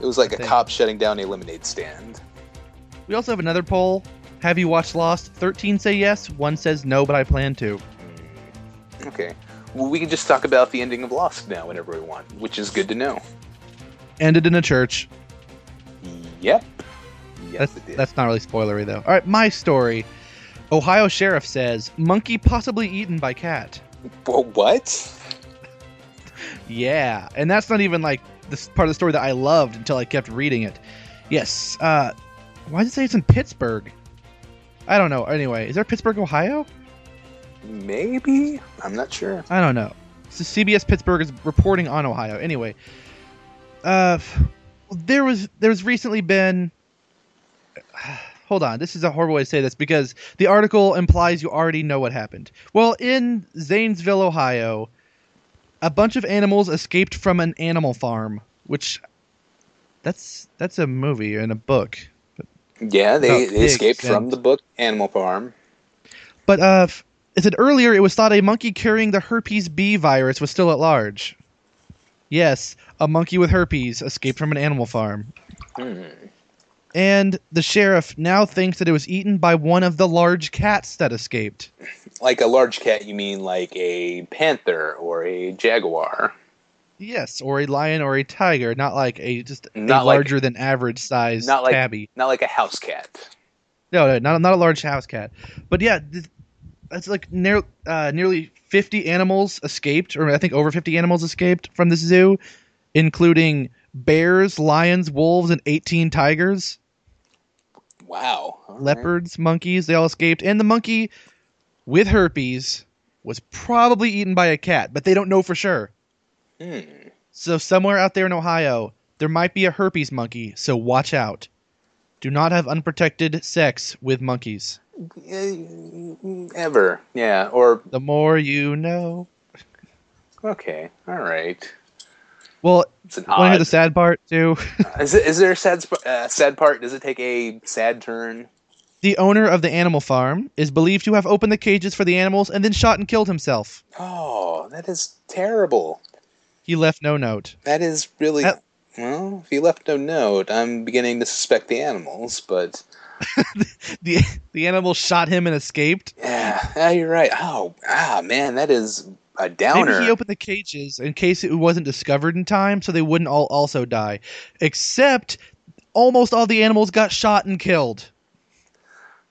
Speaker 3: It was like
Speaker 4: I
Speaker 3: a
Speaker 4: think.
Speaker 3: cop shutting down a lemonade stand.
Speaker 4: We also have another poll. Have you watched Lost? 13 say yes, 1 says no, but I plan to.
Speaker 3: Okay. Well, we can just talk about the ending of Lost now whenever we want, which is good to know.
Speaker 4: Ended in a church.
Speaker 3: Yep. Yes,
Speaker 4: That's,
Speaker 3: it did.
Speaker 4: that's not really spoilery, though. All right, my story. Ohio sheriff says, monkey possibly eaten by cat.
Speaker 3: Wha- what?
Speaker 4: Yeah, and that's not even like this part of the story that I loved until I kept reading it. Yes. Uh, why does it say it's in Pittsburgh? I don't know. Anyway, is there Pittsburgh, Ohio?
Speaker 3: Maybe? I'm not sure.
Speaker 4: I don't know. So CBS Pittsburgh is reporting on Ohio. Anyway, uh, there was there's recently been. Hold on, this is a horrible way to say this because the article implies you already know what happened. Well, in Zanesville, Ohio, a bunch of animals escaped from an animal farm, which that's that's a movie and a book.
Speaker 3: Yeah, they,
Speaker 4: About
Speaker 3: they escaped
Speaker 4: pigs
Speaker 3: from
Speaker 4: and-
Speaker 3: the book Animal Farm.
Speaker 4: But uh, f- it said earlier it was thought a monkey carrying the herpes B virus was still at large. Yes, a monkey with herpes escaped from an animal farm.
Speaker 3: Hmm.
Speaker 4: And the sheriff now thinks that it was eaten by one of the large cats that escaped.
Speaker 3: Like a large cat, you mean like a panther or a jaguar?
Speaker 4: Yes, or a lion or a tiger, not like a just
Speaker 3: Not
Speaker 4: a
Speaker 3: like-
Speaker 4: larger than average size
Speaker 3: not like-
Speaker 4: tabby.
Speaker 3: Not like a house cat.
Speaker 4: No, no, not not a large house cat. But yeah, th- it's like near, uh, nearly 50 animals escaped, or I think over 50 animals escaped from this zoo, including bears, lions, wolves, and 18 tigers,
Speaker 3: Wow. All right.
Speaker 4: leopards, monkeys. They all escaped, and the monkey with herpes was probably eaten by a cat, but they don't know for sure.
Speaker 3: Hmm.
Speaker 4: So somewhere out there in Ohio, there might be a herpes monkey. So watch out. Do not have unprotected sex with monkeys.
Speaker 3: Eh, Ever. Yeah. Or,
Speaker 4: The more you know.
Speaker 3: okay. All right.
Speaker 4: Well,
Speaker 3: It's an
Speaker 4: Want to hear
Speaker 3: odd.
Speaker 4: the sad part too?
Speaker 3: Is, it, is there a sad, sp- uh, sad part? Does it take a sad turn?
Speaker 4: the owner of the animal farm is believed to have opened the cages for the animals and then shot and killed himself.
Speaker 3: Oh, that is terrible.
Speaker 4: He left no note.
Speaker 3: That is really.
Speaker 4: That-
Speaker 3: well, if he left no note, I'm beginning to suspect the animals, but.
Speaker 4: The the animal shot him and escaped.
Speaker 3: Yeah, ah, you're right. Oh, ah, man, that is a downer.
Speaker 4: Maybe he opened the cages in case it wasn't discovered in time, so they wouldn't all also die. Except almost all the animals got shot and killed.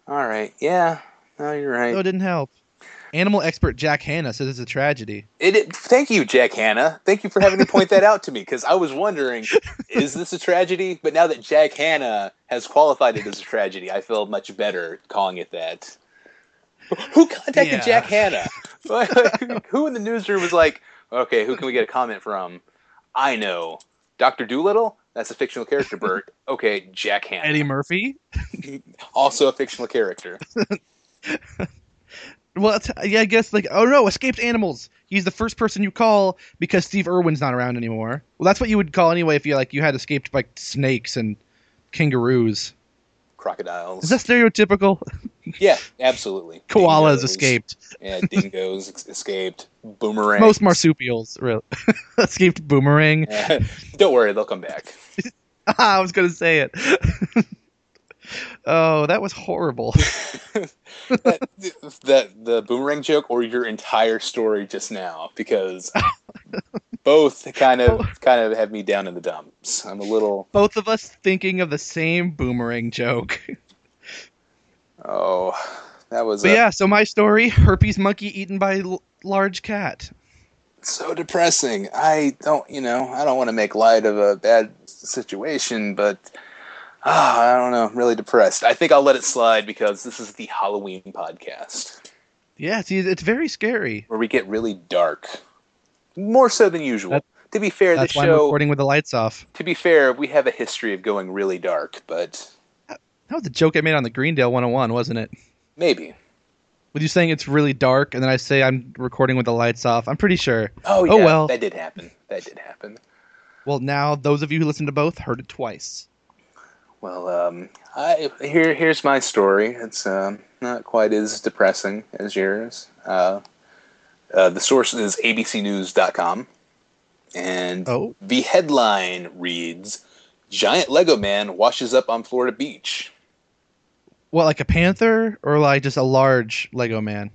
Speaker 3: All right. Yeah. No, you're right.
Speaker 4: So it didn't help. Animal expert Jack Hanna says it's a tragedy.
Speaker 3: It, it- thank you, Jack Hanna. Thank you for having to point that out to me because I was wondering, is this a tragedy? But now that Jack Hanna has qualified it as a tragedy, I feel much better calling it that. Who contacted
Speaker 4: Yeah.
Speaker 3: Jack Hanna? who in the newsroom was like, okay, who can we get a comment from? I know. Dr. Doolittle? That's a fictional character, Bert. Okay, Jack Hanna.
Speaker 4: Eddie Murphy?
Speaker 3: Also a fictional character.
Speaker 4: Well, it's, yeah, I guess like oh no, escaped animals. He's the first person you call because Steve Irwin's not around anymore. Well, that's what you would call anyway if you like you had escaped like snakes and kangaroos.
Speaker 3: Crocodiles.
Speaker 4: Is that stereotypical?
Speaker 3: yeah, absolutely.
Speaker 4: Koalas
Speaker 3: Dingoes.
Speaker 4: escaped.
Speaker 3: Yeah, dingoes ex- escaped. Boomerang.
Speaker 4: Most marsupials really. escaped boomerang.
Speaker 3: Don't worry, they'll come back.
Speaker 4: I was gonna say it. oh, that was horrible.
Speaker 3: that, the, the boomerang joke or your entire story just now, because both kind of kind of have me down in the dumps. I'm a little
Speaker 4: Both of us thinking of the same boomerang joke.
Speaker 3: oh, that was
Speaker 4: But
Speaker 3: a-
Speaker 4: yeah, so my story: herpes monkey eaten by l- large cat.
Speaker 3: so depressing. I don't, you know, I don't want to make light of a bad situation, but ah, I don't know. I'm really depressed. I think I'll let it slide because this is the Halloween podcast
Speaker 4: Yeah, see, it's very scary.
Speaker 3: where we get really dark, more so than usual.
Speaker 4: That-
Speaker 3: to be fair, this
Speaker 4: That's why I'm
Speaker 3: show.
Speaker 4: recording with the lights off.
Speaker 3: to be fair, we have a history of going really dark, but
Speaker 4: That was the joke I made on the Greendale 101, wasn't it?
Speaker 3: maybe.
Speaker 4: With you saying it's really dark, and then I say I'm recording with the lights off. I'm pretty sure.
Speaker 3: Oh, yeah,
Speaker 4: Oh, well.
Speaker 3: that did happen. That did happen.
Speaker 4: Well, now those of you who listen to both heard it twice.
Speaker 3: Well, um, I here here's my story. It's um, not quite as depressing as yours. Uh, uh, the source is abcnews.com, and
Speaker 4: Oh,
Speaker 3: the headline reads: giant Lego man washes up on Florida Beach.
Speaker 4: What, like a panther or like just a large Lego man?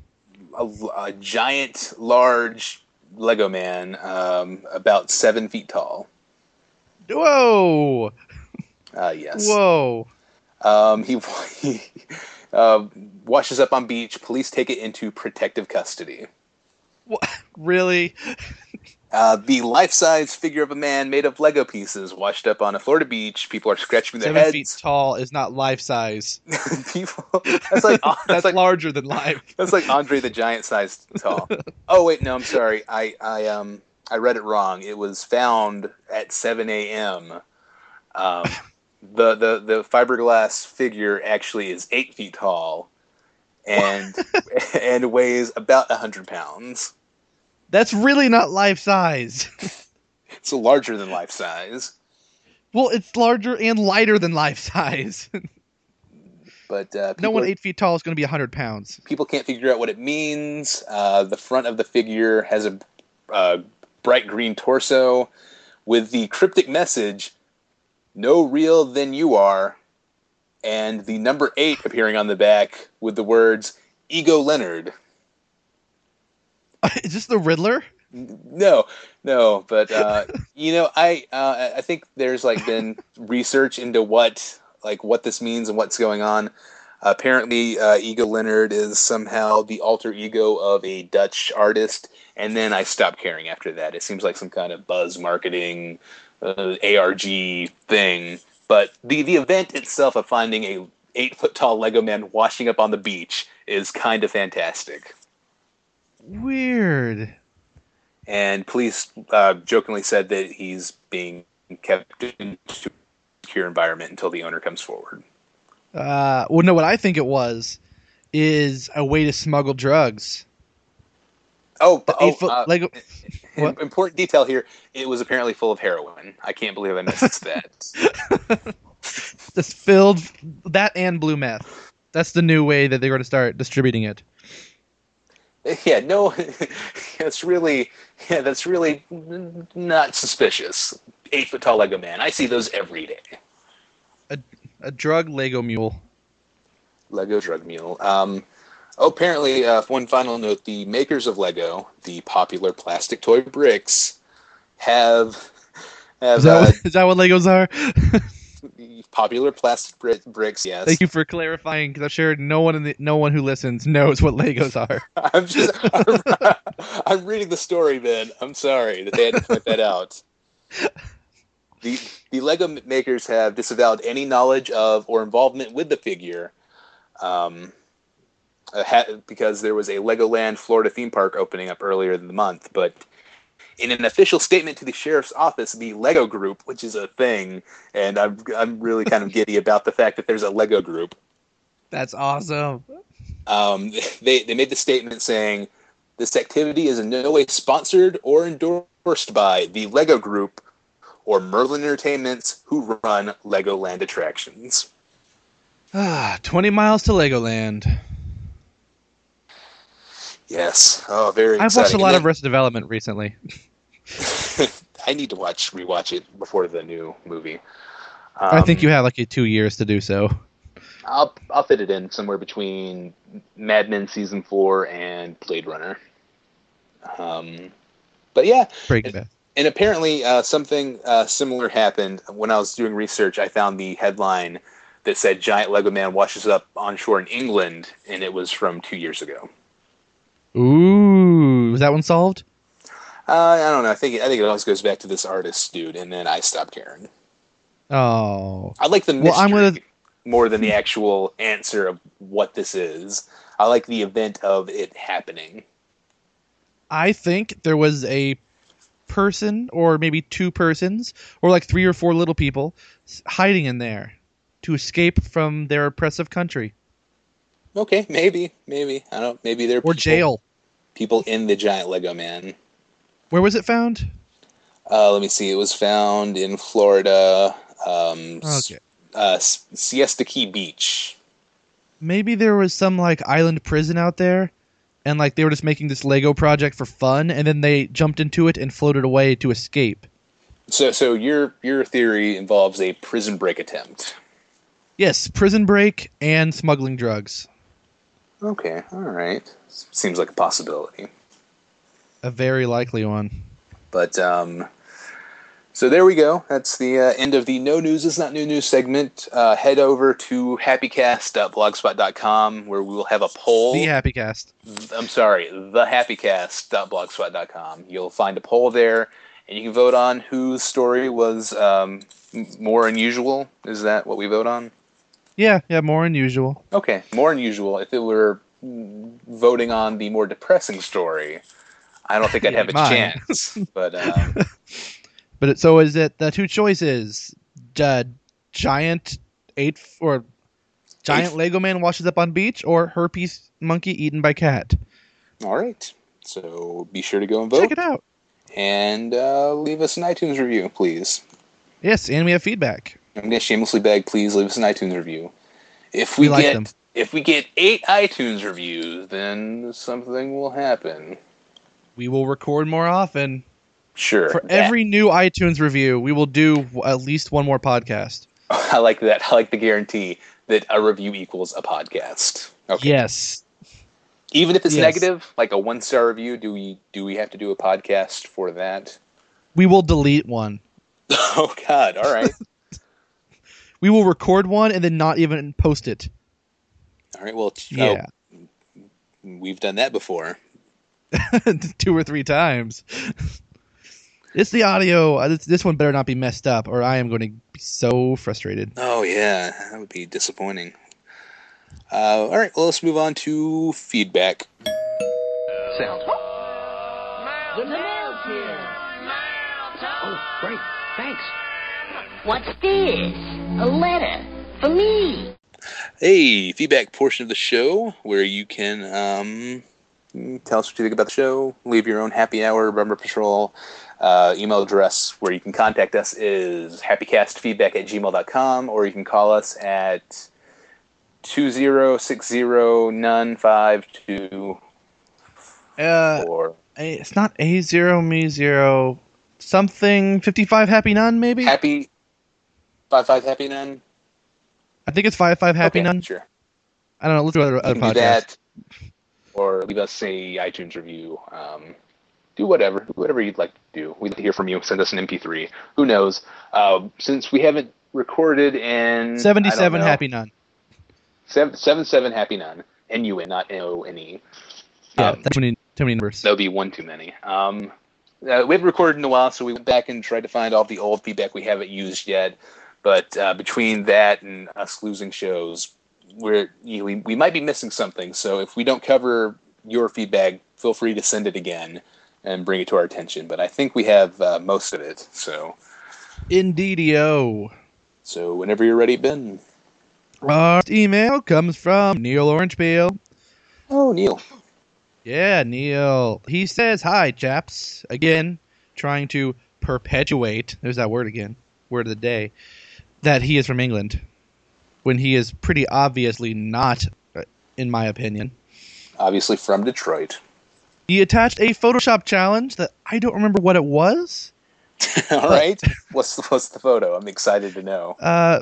Speaker 3: A, a giant, large Lego man, um, about seven feet tall.
Speaker 4: Whoa!
Speaker 3: Uh, yes.
Speaker 4: Whoa!
Speaker 3: Um, he he uh, washes up on beach. Police take it into protective custody.
Speaker 4: Really?
Speaker 3: Uh, the life-size figure of a man made of Lego pieces washed up on a Florida beach. People are scratching their
Speaker 4: Seven
Speaker 3: heads.
Speaker 4: feet tall is not life size.
Speaker 3: People, that's like that's
Speaker 4: That's
Speaker 3: like
Speaker 4: larger than life.
Speaker 3: that's like Andre the Giant sized tall. Oh wait, no, I'm sorry. I I um I read it wrong. It was found at 7 a.m. Um, the the the fiberglass figure actually is eight feet tall, and and weighs about hundred pounds.
Speaker 4: That's really not life size.
Speaker 3: It's larger than life size.
Speaker 4: Well, it's larger and lighter than life size.
Speaker 3: But uh, people,
Speaker 4: no one eight feet tall is going to be 100 pounds.
Speaker 3: people can't figure out what it means. Uh, the front of the figure has a uh, bright green torso with the cryptic message, "No real than you are," and the number eight appearing on the back with the words "Ego Leonard."
Speaker 4: is this the Riddler?
Speaker 3: No, no, but uh, you know, I uh, I think there's like been research into what like what this means and what's going on. Apparently, uh, Ego Leonard is somehow the alter ego of a Dutch artist, and then I stopped caring after that. It seems like some kind of buzz marketing uh, ARG thing, but the the event itself of finding a eight foot tall Lego man washing up on the beach is kind of fantastic.
Speaker 4: Weird.
Speaker 3: and police uh, jokingly said that he's being kept in a secure environment until the owner comes forward.
Speaker 4: Uh, well, no, what I think it was is a way to smuggle drugs.
Speaker 3: Oh,
Speaker 4: The
Speaker 3: oh
Speaker 4: eight foot
Speaker 3: uh,
Speaker 4: Lego.
Speaker 3: im-
Speaker 4: what?
Speaker 3: important detail here. It was apparently full of heroin. I can't believe I missed that.
Speaker 4: That's filled that and blue meth. That's the new way that they're going to start distributing it.
Speaker 3: yeah, no, that's really, yeah, that's really not suspicious. Eight foot tall Lego man. I see those every day.
Speaker 4: A drug Lego mule.
Speaker 3: Lego Drug Mule. Um, oh, apparently, uh, one final note: the makers of Lego, the popular plastic toy bricks, have have
Speaker 4: Is that,
Speaker 3: uh,
Speaker 4: what, is that what Legos are?
Speaker 3: the popular plastic bri- bricks. Yes,
Speaker 4: Thank you for clarifying, because I'm sure no one in the, no one who listens knows what Legos are.
Speaker 3: I'm just I'm, I'm reading the story, Ben. I'm sorry that they had to point that out. The the Lego makers have disavowed any knowledge of or involvement with the figure, um, uh, ha- because there was a Legoland Florida theme park opening up earlier in the month. But in an official statement to the sheriff's office, the Lego Group, which is a thing, and I'm I'm really kind of giddy about the fact that there's a Lego Group
Speaker 4: That's awesome.
Speaker 3: um, they, they made the statement saying this activity is in no way sponsored or endorsed by the Lego Group or Merlin Entertainments who run Legoland attractions.
Speaker 4: Ah, 20 miles to Legoland.
Speaker 3: Yes. Oh, very
Speaker 4: I've watched
Speaker 3: exciting.
Speaker 4: a lot of
Speaker 3: And
Speaker 4: Arrested Development recently.
Speaker 3: then- I need to watch rewatch it before the new movie.
Speaker 4: I think
Speaker 3: Um,
Speaker 4: you have like two years to do so.
Speaker 3: I'll I'll fit it in somewhere between Mad Men season four and Blade Runner. Um, but yeah,
Speaker 4: Breaking Bad.
Speaker 3: and apparently uh, something uh, similar happened when I was doing research. I found the headline that said "Giant Lego Man washes up on shore in England," and it was from two years ago.
Speaker 4: Ooh, was that one solved?
Speaker 3: Uh, I don't know. I think I think it always goes back to this artist dude, and then I stopped caring.
Speaker 4: Oh,
Speaker 3: I like the mystery
Speaker 4: Well, I'm gonna-
Speaker 3: more than the actual answer of what this is. I like the event of it happening.
Speaker 4: I think there was a person, or maybe two persons, or like three or four little people s- hiding in there to escape from their oppressive country
Speaker 3: Okay, maybe, maybe I don't. Maybe they're
Speaker 4: or jail.
Speaker 3: people in the giant Lego man.
Speaker 4: Where was it found?
Speaker 3: Uh, let me see. It was found in Florida, um, s-
Speaker 4: Okay.
Speaker 3: uh, S- Siesta Key Beach.
Speaker 4: Maybe there was some like island prison out there, and like they were just making this Lego project for fun, and then they jumped into it and floated away to escape.
Speaker 3: So, so your your theory involves a prison break attempt.
Speaker 4: Yes, prison break and smuggling drugs.
Speaker 3: Okay, all right. Seems like a possibility.
Speaker 4: A very likely one.
Speaker 3: But um, so there we go. That's the uh, end of the No News is Not New News segment. Uh, head over to happycast.blogspot.com where we will have a poll.
Speaker 4: The Happy Cast.
Speaker 3: I'm sorry, thehappycast.blogspot.com. You'll find a poll there, and you can vote on whose story was um, m- more unusual. Is that what we vote on?
Speaker 4: Yeah, yeah, more unusual.
Speaker 3: Okay, more unusual. If it were mm, voting on the more depressing story, I don't think I'd
Speaker 4: Yeah,
Speaker 3: have a
Speaker 4: mine.
Speaker 3: chance. But um,
Speaker 4: But it, so is it the two choices? Uh, giant eight or giant
Speaker 3: Eight-
Speaker 4: Lego man washes up on beach or herpes monkey eaten by cat.
Speaker 3: all right. So be sure to go and
Speaker 4: Check
Speaker 3: vote
Speaker 4: it out.
Speaker 3: and uh, leave us an iTunes review, please.
Speaker 4: Yes, and we have feedback.
Speaker 3: I'm gonna shamelessly beg, please leave us an iTunes review. If
Speaker 4: We
Speaker 3: we,
Speaker 4: like
Speaker 3: get
Speaker 4: them.
Speaker 3: if we get eight iTunes reviews, then something will happen.
Speaker 4: We will record more often.
Speaker 3: Sure.
Speaker 4: For
Speaker 3: That-
Speaker 4: every new iTunes review, we will do w- at least one more podcast.
Speaker 3: I like that. I like the guarantee that a review equals a podcast. Okay.
Speaker 4: Yes.
Speaker 3: Even if it's
Speaker 4: Yes.
Speaker 3: negative, like a one star review, do we do we have to do a podcast for that?
Speaker 4: We will delete one.
Speaker 3: Oh God! All right,
Speaker 4: We will record one and then not even post it.
Speaker 3: all right. Well, t-
Speaker 4: Yeah.
Speaker 3: oh, we've done that before.
Speaker 4: Two or three times. it's the audio. Uh, This, this one better not be messed up or I am going to be so frustrated.
Speaker 3: Oh yeah, that would be disappointing. Uh, all right, well, let's move on to feedback.
Speaker 5: sound. The mail's here. Oh, great. Thanks.
Speaker 6: What's this? A letter for me.
Speaker 3: Hey, feedback portion of the show where you can um, tell us what you think about the show, leave your own happy hour, Rumble Patrol. Uh, email address where you can contact us is happycastfeedback at gmail.com or you can call us at 2060952
Speaker 4: Uh,
Speaker 3: or
Speaker 4: a- it's not A zero me zero something fifty five happy nun maybe.
Speaker 3: happy five five happy nun
Speaker 4: I think it's five five happy
Speaker 3: Okay,
Speaker 4: nun.
Speaker 3: sure
Speaker 4: I don't know. Let's do other,
Speaker 3: you
Speaker 4: other
Speaker 3: can do that
Speaker 4: podcast.
Speaker 3: or leave us a itunes review um, do whatever do whatever you'd like to do we'd like to hear from you send us an mp3 who knows uh, since we haven't recorded in I don't
Speaker 4: Seventy seven
Speaker 3: know,
Speaker 4: happy nun.
Speaker 3: seven, seven seven happy nun n-u-n not n-o-n-e
Speaker 4: Yeah,
Speaker 3: Um,
Speaker 4: that's too many, too many numbers.
Speaker 3: that would be one too many um, uh, we haven't recorded in a while so we went back and tried to find all the old feedback we haven't used yet but uh, between that and us losing shows, we're you know, we, we might be missing something. So if we don't cover your feedback, feel free to send it again and bring it to our attention. But I think we have uh, most of it. So
Speaker 4: Indeedio.
Speaker 3: so whenever you're ready, Ben.
Speaker 4: Our email comes from Neil Orange Peel.
Speaker 3: Oh, Neil.
Speaker 4: Yeah, Neil. He says, Hi, chaps. Again, trying to perpetuate, there's that word again, word of the day, that he is from England when he is pretty obviously not, uh, in my opinion.
Speaker 3: Obviously from Detroit.
Speaker 4: He attached a Photoshop challenge that I don't remember what it was.
Speaker 3: all right. what's the, what's the photo? I'm excited to know.
Speaker 4: Uh,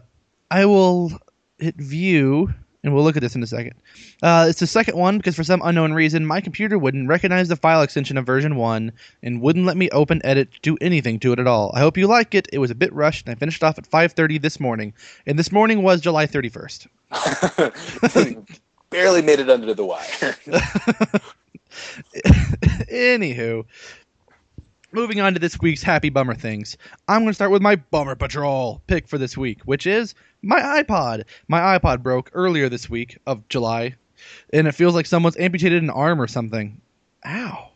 Speaker 4: I will hit view, and we'll look at this in a second. Uh, it's the second one because for some unknown reason, my computer wouldn't recognize the file extension of version 1 and wouldn't let me open, edit, do anything to it at all. I hope you like it. It was a bit rushed, and I finished off at 5.30 this morning. And this morning was July 31st.
Speaker 3: Barely made it under the wire.
Speaker 4: Anywho, moving on to this week's happy bummer things. I'm going to start with my bummer patrol pick for this week, which is my iPod. My iPod broke earlier this week of July, and it feels like someone's amputated an arm or something. Ow.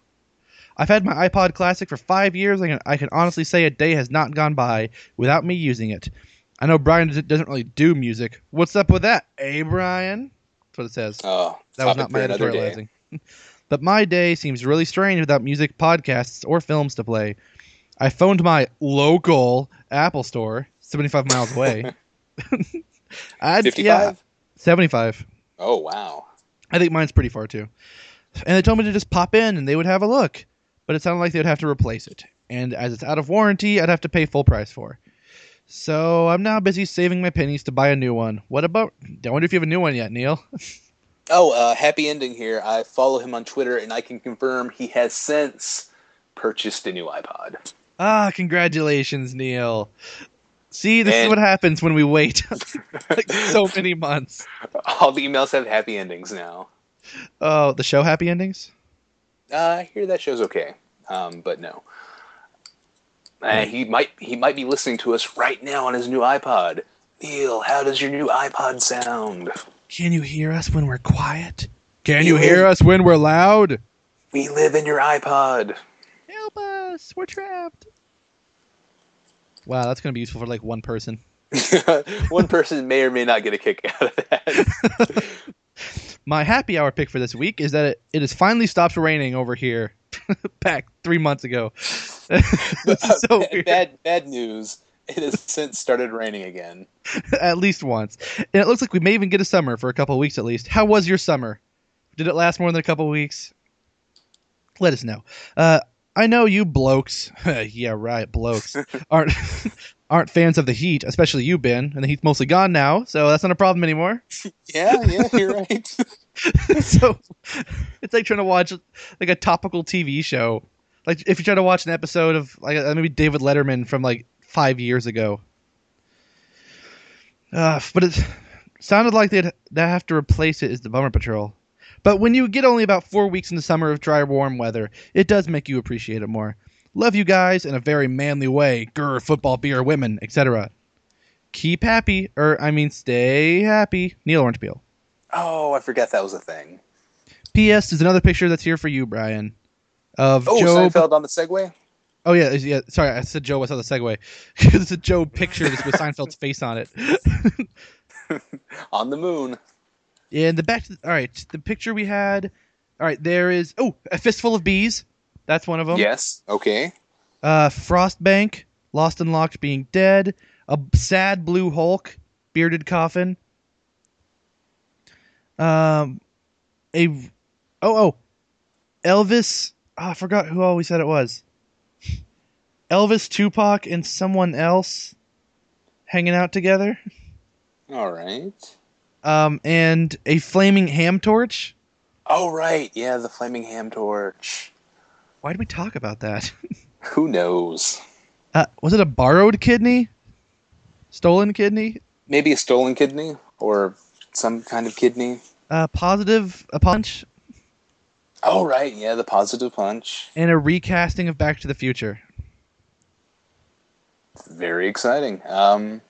Speaker 4: I've had my iPod Classic for five years, and I can honestly say a day has not gone by without me using it. I know Brian doesn't- doesn't really do music. What's up with that, eh, Brian? That's what it says.
Speaker 3: Oh,
Speaker 4: That was
Speaker 3: topic
Speaker 4: not
Speaker 3: for
Speaker 4: my
Speaker 3: another day.
Speaker 4: editorializing. but my day seems really strange without music, podcasts, or films to play. I phoned my local Apple store, 75 miles away. I'd-
Speaker 3: 55?
Speaker 4: Yeah, 75.
Speaker 3: Oh, wow.
Speaker 4: I think mine's pretty far too. And they told me to just pop in and they would have a look, but it sounded like they would have to replace it. and as it's out of warranty, I'd have to pay full price for. So I'm now busy saving my pennies to buy a new one. What about? I wonder if you have a new one yet, Neil.
Speaker 3: Oh, uh, happy ending here. I follow him on Twitter, and I can confirm he has since purchased a new iPod.
Speaker 4: Ah, congratulations, Neil. See, this is
Speaker 3: And-
Speaker 4: what happens when we wait like so many months.
Speaker 3: All the emails have happy endings now.
Speaker 4: Oh, the show happy endings.
Speaker 3: Uh, I hear that show's okay, um, but no. Uh, he might he might be listening to us right now on his new iPod. Neil, how does your new iPod sound?
Speaker 4: Can you hear us when we're quiet? Can you hear us when we're loud?
Speaker 3: We live in your iPod.
Speaker 4: Help us! We're trapped. Wow, that's gonna be useful for like one person.
Speaker 3: One person may or may not get a kick out of that.
Speaker 4: My happy hour pick for this week is that it, it has finally stopped raining over here. Back three months ago. so weird.
Speaker 3: bad bad news. It has since started raining again.
Speaker 4: at least once. And it looks like we may even get a summer for a couple weeks at least. How was your summer? Did it last more than a couple weeks? Let us know. Uh, I know you blokes, yeah right, blokes aren't aren't fans of the heat, especially you, Ben. And the heat's mostly gone now, so that's not a problem anymore.
Speaker 3: Yeah, yeah, you're right.
Speaker 4: so it's like trying to watch like a topical TV show. Like if you try to watch an episode of like uh, maybe David Letterman from like five years ago. Uh, but it sounded like they'd they have to replace it as the Bummer Patrol. But when you get only about four weeks in the summer of dry, warm weather, it does make you appreciate it more. Love you guys in a very manly way. Grr, football, beer, women, etc. Keep happy, or I mean, stay happy. Neil Orange Peel.
Speaker 3: oh, I forgot that was a thing.
Speaker 4: P.S. is another picture that's here for you, Brian. Of
Speaker 3: Oh,
Speaker 4: Job.
Speaker 3: Seinfeld on the Segway.
Speaker 4: Oh yeah, is- yeah. Sorry, I said Joe. I saw the segue. it's a Joe picture just with Seinfeld's face on it.
Speaker 3: On the moon.
Speaker 4: and the back. all right, the picture we had. All right, there is. Oh, a fistful of bees. That's one of
Speaker 3: Oh.
Speaker 4: them.
Speaker 3: Yes. Okay.
Speaker 4: Uh, Frostbank, Lost and Locked, being dead. A b- sad blue Hulk, bearded coffin. Um, a oh oh, Elvis. Oh, I forgot who all we said it was. Elvis, Tupac, and someone else hanging out together.
Speaker 3: All right.
Speaker 4: Um, and a flaming ham torch.
Speaker 3: Oh right, yeah, the flaming ham torch.
Speaker 4: Why did we talk about that?
Speaker 3: Who knows?
Speaker 4: Uh, was it a borrowed kidney? Stolen kidney?
Speaker 3: Maybe a stolen kidney or some kind of kidney.
Speaker 4: Uh, positive a punch
Speaker 3: Oh right, yeah, the positive punch.
Speaker 4: and a recasting of Back to the Future.
Speaker 3: Very exciting. Um,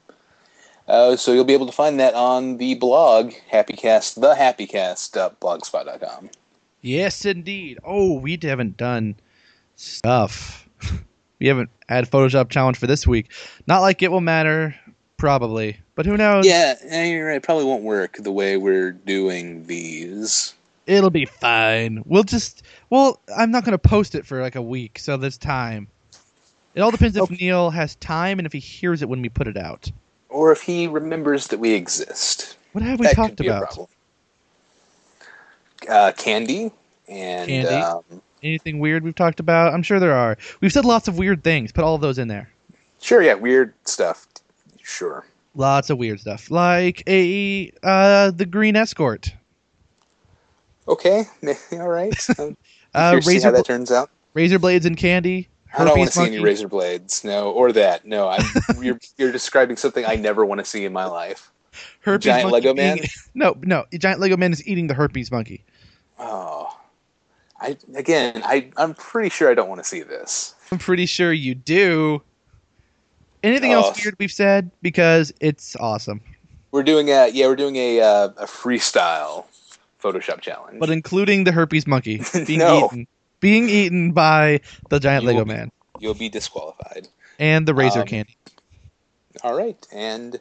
Speaker 3: uh, so you'll be able to find that on the blog, HappyCast, thehappycast.blogspot.com.
Speaker 4: Yes, indeed. Oh, we haven't done stuff. we haven't had Photoshop challenge for this week. Not like it will matter, probably. But who knows?
Speaker 3: Yeah, yeah, you're right. Probably won't work the way we're doing these.
Speaker 4: It'll be fine. We'll just. Well, I'm not going to post it for like a week, so there's time. It all depends if Neil has time and if he hears it when we put it out.
Speaker 3: Or if he remembers that we exist.
Speaker 4: What have we
Speaker 3: that
Speaker 4: talked
Speaker 3: could be a
Speaker 4: about?
Speaker 3: problem. Uh, candy and
Speaker 4: Candy.
Speaker 3: Um,
Speaker 4: Anything weird we've talked about? I'm sure there are. We've said lots of weird things. Put all of those in there.
Speaker 3: Sure, yeah, weird stuff. Sure.
Speaker 4: lots of weird stuff like a uh the green escort
Speaker 3: Okay, all right. I'm
Speaker 4: uh
Speaker 3: curious to see
Speaker 4: razor,
Speaker 3: how that
Speaker 4: bl-
Speaker 3: turns out.
Speaker 4: razor blades and candy
Speaker 3: I don't want
Speaker 4: herpes
Speaker 3: to see any
Speaker 4: monkey.
Speaker 3: razor blades, no, or that. No, I'm, you're you're describing something I never want to see in my life.
Speaker 4: herpes
Speaker 3: giant
Speaker 4: monkey
Speaker 3: Lego man?
Speaker 4: eating- no no giant lego man is eating the herpes monkey
Speaker 3: Oh, I again, I I'm pretty sure I don't want to see this.
Speaker 4: i'm pretty sure you do anything
Speaker 3: Oh.
Speaker 4: else weird we've said because it's awesome
Speaker 3: We're doing a yeah, we're doing a uh, a freestyle Photoshop challenge.
Speaker 4: but including the herpes monkey being
Speaker 3: No.
Speaker 4: eaten being eaten by the giant
Speaker 3: You
Speaker 4: lego
Speaker 3: will-
Speaker 4: man
Speaker 3: You'll be disqualified.
Speaker 4: and the razor
Speaker 3: Um,
Speaker 4: candy
Speaker 3: All right, and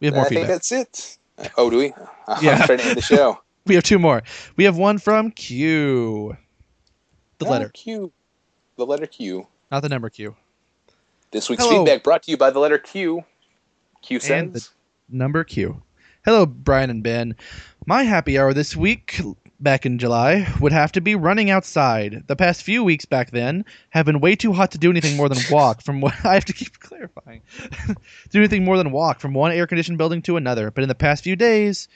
Speaker 4: we have
Speaker 3: I
Speaker 4: more
Speaker 3: think
Speaker 4: feedback
Speaker 3: that's it. Oh, do we?
Speaker 4: Yeah.
Speaker 3: I'm trying to end the show.
Speaker 4: we have two more we have one from q the
Speaker 3: Oh,
Speaker 4: letter
Speaker 3: Q, the letter Q.
Speaker 4: not the number q
Speaker 3: This week's
Speaker 4: Hello.
Speaker 3: feedback brought to you by the letter Q. Q
Speaker 4: And
Speaker 3: sends.
Speaker 4: number Q. Hello, Brian and Ben. My happy hour this week back in July would have to be running outside. The past few weeks back then have been way too hot to do anything more than walk from what I have to keep clarifying. do anything more than walk from one air conditioned building to another. But in the past few days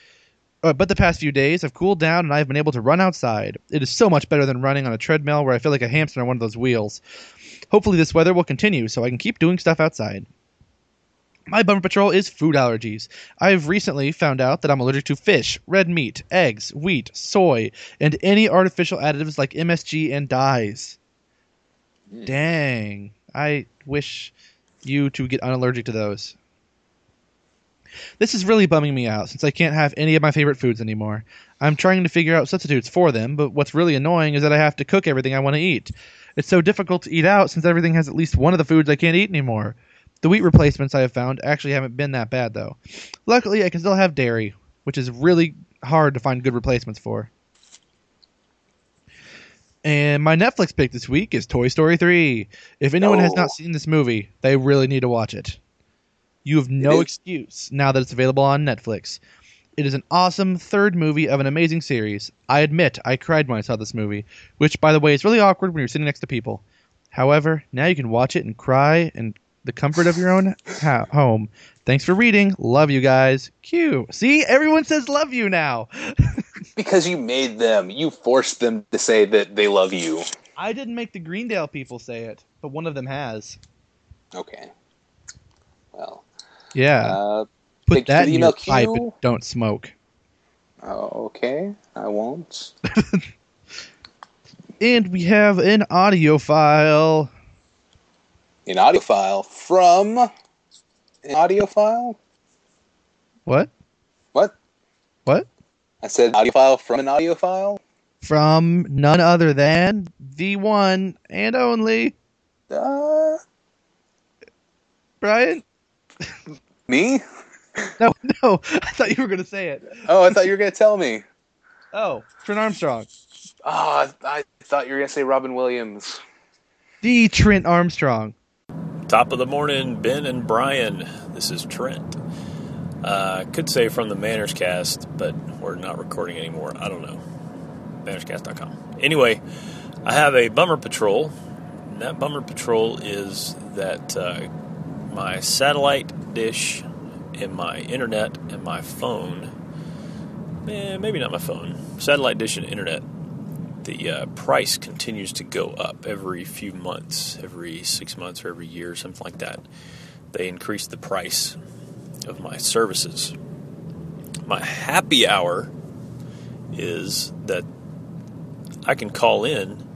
Speaker 4: uh, but the past few days have cooled down and I have been able to run outside. It is so much better than running on a treadmill where I feel like a hamster on one of those wheels. Hopefully this weather will continue so I can keep doing stuff outside. My bumper patrol is food allergies. I have recently found out that I'm allergic to fish, red meat, eggs, wheat, soy, and any artificial additives like MSG and dyes. Dang. I wish you to get unallergic to those. This is really bumming me out since I can't have any of my favorite foods anymore. I'm trying to figure out substitutes for them, but what's really annoying is that I have to cook everything I want to eat. It's so difficult to eat out since everything has at least one of the foods I can't eat anymore. The wheat replacements I have found actually haven't been that bad though. Luckily, I can still have dairy, which is really hard to find good replacements for. And my Netflix pick this week is Toy Story 3. If anyone has
Speaker 3: No.
Speaker 4: not seen this movie, they really need to watch it. You have no
Speaker 3: is.
Speaker 4: excuse now that it's available on Netflix. It is an awesome third movie of an amazing series. I admit I cried when I saw this movie, which, by the way, is really awkward when you're sitting next to people. However, now you can watch it and cry in the comfort of your own ha- home. Thanks for reading. Love you guys. Q. See, everyone says love you now.
Speaker 3: Because you made them. You forced them to say that they love you.
Speaker 4: I didn't make the Greendale people say it, but one of them has.
Speaker 3: Okay. Well,
Speaker 4: Yeah.
Speaker 3: uh, thank you
Speaker 4: Put
Speaker 3: for
Speaker 4: that
Speaker 3: the
Speaker 4: in
Speaker 3: email,
Speaker 4: your pipe
Speaker 3: Q.
Speaker 4: and don't smoke.
Speaker 3: okay. I won't.
Speaker 4: And we have an audio file.
Speaker 3: An audio file from an audio file.
Speaker 4: What?
Speaker 3: What?
Speaker 4: What?
Speaker 3: I said audio file from an audio file.
Speaker 4: From none other than the one and only
Speaker 3: Uh,
Speaker 4: Brian.
Speaker 3: me?
Speaker 4: No, no. I thought you were going to say it.
Speaker 3: Oh, I thought you were gonna tell me.
Speaker 4: Oh, Trent Armstrong.
Speaker 3: Oh, I thought you were gonna say Robin Williams.
Speaker 4: The Trent Armstrong.
Speaker 7: Top of the morning, Ben and Brian. This is Trent. Uh, could say from the Manners Cast, but we're not recording anymore. I don't know. Mannerscast.com. Anyway, I have a bummer patrol. And that bummer patrol is that uh, my satellite dish and my internet and my phone, eh, maybe not my phone, satellite dish and internet the uh, price continues to go up every few months, every six months or every year, something like that. They increase the price of my services. My happy hour is that I can call in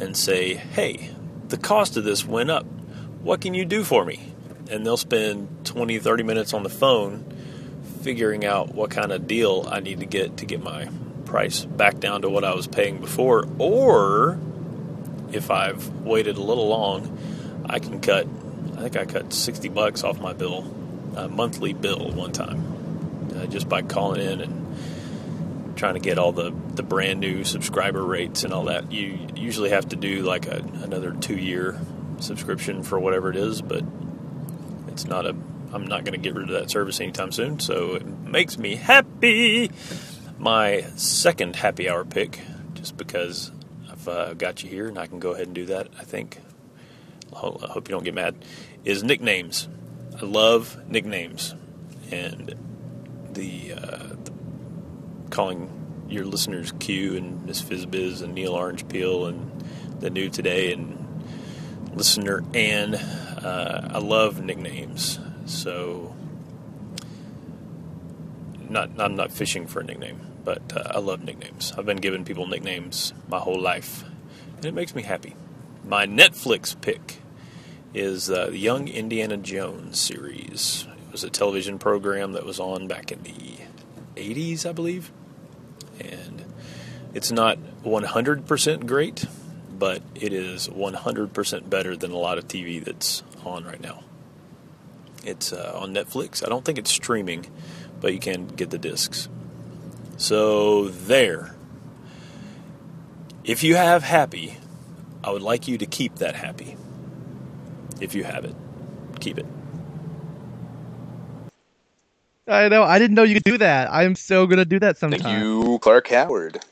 Speaker 7: and say, hey, the cost of this went up. What can you do for me? And they'll spend 20, 30 minutes on the phone figuring out what kind of deal I need to get to get my price back down to what I was paying before, or if I've waited a little long, I can cut. I think I cut sixty bucks off my bill, uh, monthly bill one time, uh, just by calling in and trying to get all the the brand new subscriber rates and all that. You usually have to do like a, another two year subscription for whatever it is, but it's not a I'm not going to get rid of that service anytime soon, so it makes me happy. My second happy hour pick, just because I've uh, got you here and I can go ahead and do that, I think. I ho- I hope you don't get mad. Is nicknames. I love nicknames. And the, uh, the calling your listeners Q and Miss Fizzbiz and Neil Orange Peel and the new today and listener Ann. Uh, I love nicknames, so not I'm not fishing for a nickname, but uh, I love nicknames. I've been giving people nicknames my whole life, and it makes me happy. My Netflix pick is uh, the Young Indiana Jones series. It was a television program that was on back in the 80s, I believe, and it's not 100% great, but it is 100% better than a lot of TV that's on right now. It's uh, on Netflix. I don't think it's streaming, but you can get the discs. So, there. If you have happy, I would like you to keep that happy. If you have it, keep it.
Speaker 4: I know. I didn't know you could do that. I'm so going to do that sometime.
Speaker 3: Thank you, Clark Howard.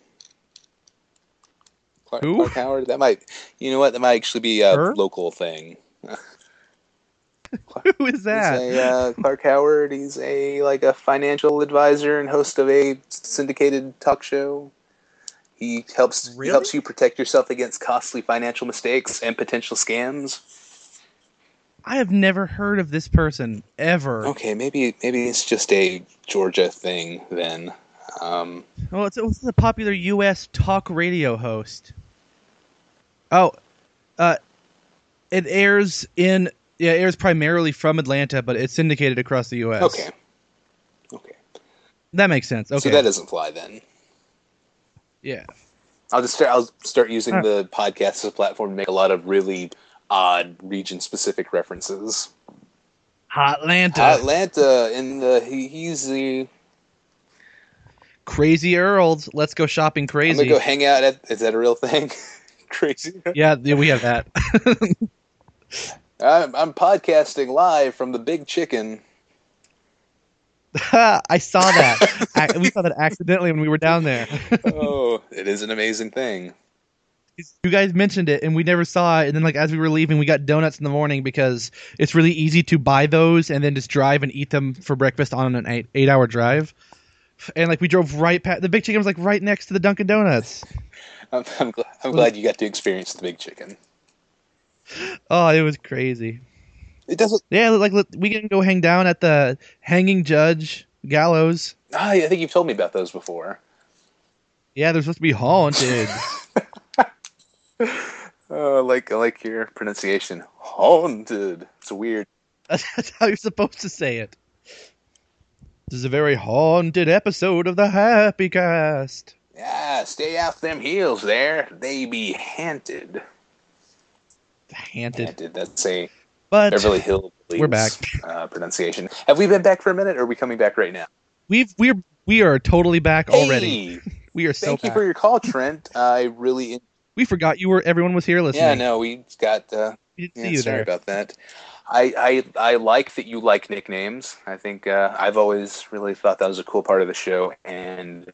Speaker 3: Clark,
Speaker 4: Who?
Speaker 3: Clark Howard. That might, you know what? That might actually be a
Speaker 4: Her?
Speaker 3: local thing.
Speaker 4: Who is that?
Speaker 3: He's a, uh, Clark Howard. He's a like a financial advisor and host of a syndicated talk show. He helps he
Speaker 8: Really?
Speaker 3: helps you protect yourself against costly financial mistakes and potential scams.
Speaker 4: I have never heard of this person ever.
Speaker 3: Okay, maybe maybe it's just a Georgia thing then. Um,
Speaker 4: Well, Oh, it's, it's a popular U.S. talk radio host. Oh, uh, it airs in yeah, it airs primarily from Atlanta, but it's syndicated across the U.S.
Speaker 3: okay. okay,
Speaker 4: that makes sense. Okay,
Speaker 3: so that doesn't fly then.
Speaker 4: yeah,
Speaker 3: I'll just start. I'll start using
Speaker 4: All right.
Speaker 3: the podcast as a platform to make a lot of really odd region-specific references.
Speaker 4: Hot Atlanta,
Speaker 3: Atlanta in the he, he's the
Speaker 4: crazy Earls. Let's go shopping
Speaker 3: I'm
Speaker 4: crazy.
Speaker 3: gonna go hang out at. Is that a real thing? Crazy.
Speaker 4: yeah, yeah, we have that.
Speaker 3: I'm, I'm podcasting live from the Big Chicken.
Speaker 4: I saw that. I, we saw that accidentally when we were down there.
Speaker 3: oh, it is an amazing thing.
Speaker 4: you guys mentioned it and we never saw it and then like as we were leaving we got donuts in the morning because it's really easy to buy those and then just drive and eat them for breakfast on an eight, eight hour drive and like we drove right past the big chicken was like right next to the dunkin' donuts
Speaker 3: I'm, I'm, gl- I'm glad you got to experience the Big Chicken.
Speaker 4: oh it was crazy
Speaker 3: It doesn't.
Speaker 4: yeah like look, we can go hang down at the hanging judge gallows
Speaker 3: Ah, I think you've told me about those before.
Speaker 4: yeah they're supposed to be haunted
Speaker 3: Oh, I like I like your pronunciation. Haunted. It's weird.
Speaker 4: that's how you're supposed to say it this is a very haunted episode of the happy cast
Speaker 3: Yeah, stay off them heels there. They be haunted.
Speaker 4: haunted
Speaker 3: Haunted. That's a
Speaker 4: but
Speaker 3: Beverly Hills.
Speaker 4: We're back.
Speaker 3: Uh, pronunciation. Have we been back for a minute, or are we coming back right now?
Speaker 4: We've we're we are totally back already.
Speaker 3: Hey,
Speaker 4: We are so
Speaker 3: thank you
Speaker 4: back.
Speaker 3: for your call, Trent. I really
Speaker 4: we forgot you were everyone was here listening.
Speaker 3: Yeah, no, we got. Uh,
Speaker 4: We didn't
Speaker 3: yeah,
Speaker 4: see you
Speaker 3: sorry
Speaker 4: there.
Speaker 3: about that. I, I I like that you like nicknames. I think uh, I've always really thought that was a cool part of the show. And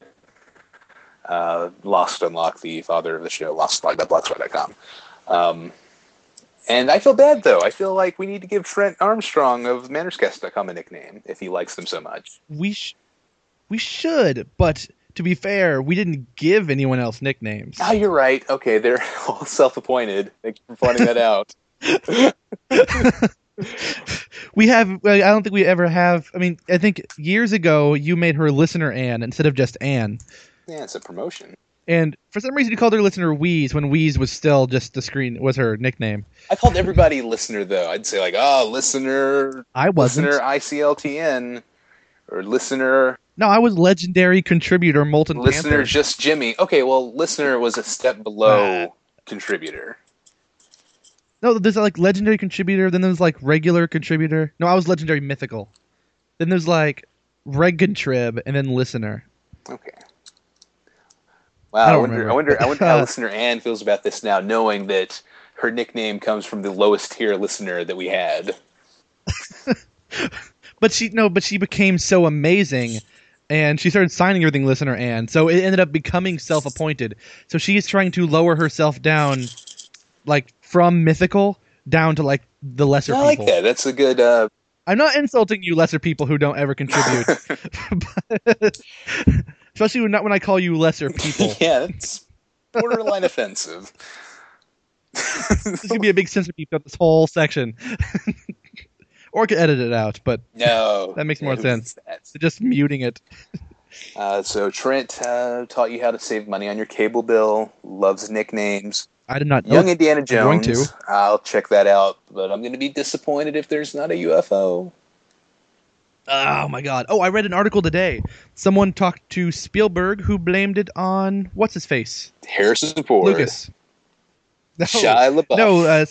Speaker 3: uh, Lost Unlock, the father of the show, lostunlock.blogspot.com. Um, and I feel bad though. I feel like we need to give Trent Armstrong of MannersCast.com a nickname if he likes them so much.
Speaker 4: We sh- we should, but to be fair, we didn't give anyone else nicknames.
Speaker 3: Ah, you're right. Okay, they're all self-appointed. Thanks for pointing that out.
Speaker 4: We have I don't think we ever have. I mean, I think years ago you made her listener Anne instead of just Anne.
Speaker 3: Yeah, it's a promotion.
Speaker 4: And for some reason you called her listener Wheeze when Wheeze was still just the screen was her nickname.
Speaker 3: I called everybody listener though. I'd say like, oh, listener,
Speaker 4: I wasn't.
Speaker 3: listener, ICLTN, or listener,
Speaker 4: No, I was legendary contributor Molten
Speaker 3: listener,
Speaker 4: Panther.
Speaker 3: just Jimmy. Okay, well, listener was a step below contributor.
Speaker 4: No, there's like legendary contributor, then there's like regular contributor. No, I was legendary mythical. Then there's like reg contrib and then listener.
Speaker 3: Okay.
Speaker 4: I
Speaker 3: Wow, I,
Speaker 4: don't
Speaker 3: wonder,
Speaker 4: remember.
Speaker 3: I wonder, I wonder how listener Anne feels about this now, knowing that her nickname comes from the lowest tier listener that we had.
Speaker 4: But she no, but she became so amazing and she started signing everything listener and so it ended up becoming self-appointed. So she is trying to lower herself down like from mythical down to like the lesser
Speaker 3: I like
Speaker 4: people.
Speaker 3: that. That's a good. Uh,
Speaker 4: I'm not insulting you lesser people who don't ever contribute. but, especially when not when I call you lesser people.
Speaker 3: yeah, that's borderline offensive.
Speaker 4: this is gonna be a big censor beep throughout this whole section. or I could edit it out, but
Speaker 3: No,
Speaker 4: That makes
Speaker 3: Yeah,
Speaker 4: more
Speaker 3: who needs that?
Speaker 4: just muting it.
Speaker 3: Uh, so Trent uh, taught you how to save money on your cable bill. Loves nicknames.
Speaker 4: I did not know.
Speaker 3: Young Indiana
Speaker 4: going
Speaker 3: Jones. I'll check that out, but I'm going to be disappointed if there's not a UFO.
Speaker 4: Oh my god. Oh, I read an article today. Someone talked to Spielberg who blamed it on what's his face?
Speaker 3: Harrison Ford.
Speaker 4: Lucas. No.
Speaker 3: Shia LaBeouf.
Speaker 4: No, uh,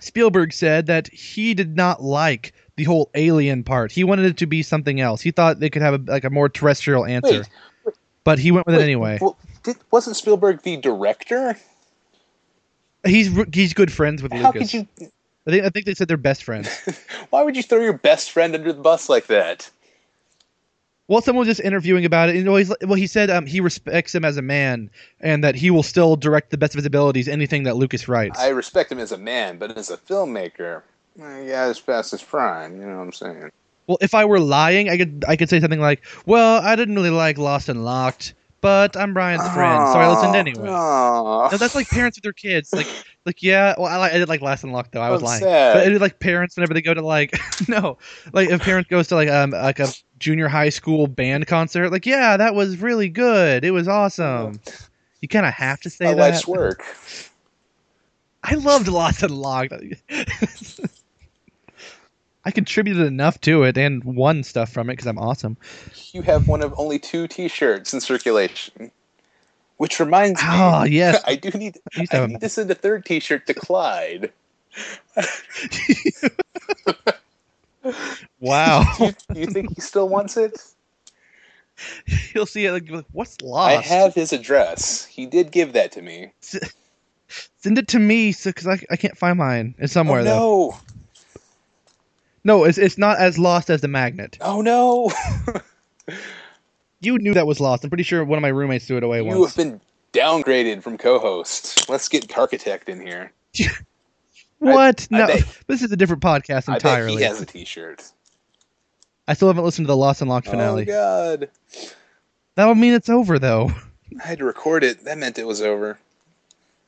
Speaker 4: Spielberg said that he did not like the whole alien part. He wanted it to be something else. He thought they could have a, like a more terrestrial answer.
Speaker 3: Wait.
Speaker 4: but he went with it
Speaker 3: Wait,
Speaker 4: anyway.
Speaker 3: Well, did, wasn't Spielberg the director?
Speaker 4: He's he's good friends with
Speaker 3: How
Speaker 4: Lucas.
Speaker 3: could you?
Speaker 4: I think I think they said they're best friends.
Speaker 3: Why would you throw your best friend under the bus like that?
Speaker 4: Well, someone was just interviewing about it, and always, well, he said um, he respects him as a man, and that he will still direct the best of his abilities anything that Lucas writes.
Speaker 3: I respect him as a man, but as a filmmaker, eh, yeah, it's past his prime. You know what I'm saying?
Speaker 4: well, if I were lying, I could I could say something like, "Well, I didn't really like Lost and Locked, but I'm Brian's friend, so I listened anyway."
Speaker 3: Aw.
Speaker 4: No, that's like parents with their kids. Like, like yeah. Well, I, li- I did like Last and Locked though. I was
Speaker 3: That's
Speaker 4: lying.
Speaker 3: sad.
Speaker 4: But it is like parents whenever they go to like no, like if parents goes to like um like a junior high school band concert, like yeah, that was really good. It was awesome. You kind of have to say
Speaker 3: My
Speaker 4: that.
Speaker 3: life's work.
Speaker 4: I loved Lost and Locked. I contributed enough to it and won stuff from it because I'm awesome.
Speaker 3: You have one of only two T-shirts in circulation. Which reminds me,
Speaker 4: Oh yes,
Speaker 3: I do need.
Speaker 4: I used to
Speaker 3: I
Speaker 4: have a-
Speaker 3: need to send a third T-shirt to Clyde. Do
Speaker 4: wow.
Speaker 3: you, do you think he still wants it?
Speaker 4: You'll see it. Like, what's
Speaker 3: I
Speaker 4: lost?
Speaker 3: have his address. He did give that to me.
Speaker 4: Send it to me, because I, I can't find mine. It's somewhere
Speaker 3: oh,
Speaker 4: though.
Speaker 3: no!
Speaker 4: No, it's it's not as lost as the magnet.
Speaker 3: Oh no!
Speaker 4: You knew that was lost. I'm pretty sure one of my roommates threw it away
Speaker 3: you
Speaker 4: once.
Speaker 3: have been downgraded from co-host. Let's get Architect in here.
Speaker 4: what?
Speaker 3: I
Speaker 4: no,
Speaker 3: bet-
Speaker 4: this is a different podcast
Speaker 3: I bet
Speaker 4: entirely.
Speaker 3: he
Speaker 4: I,
Speaker 3: has a T-shirt.
Speaker 4: still haven't listened to the Lost and Locked
Speaker 3: Oh
Speaker 4: finale.
Speaker 3: god!
Speaker 4: That'll mean it's over though.
Speaker 3: I had to record it. That meant it was over.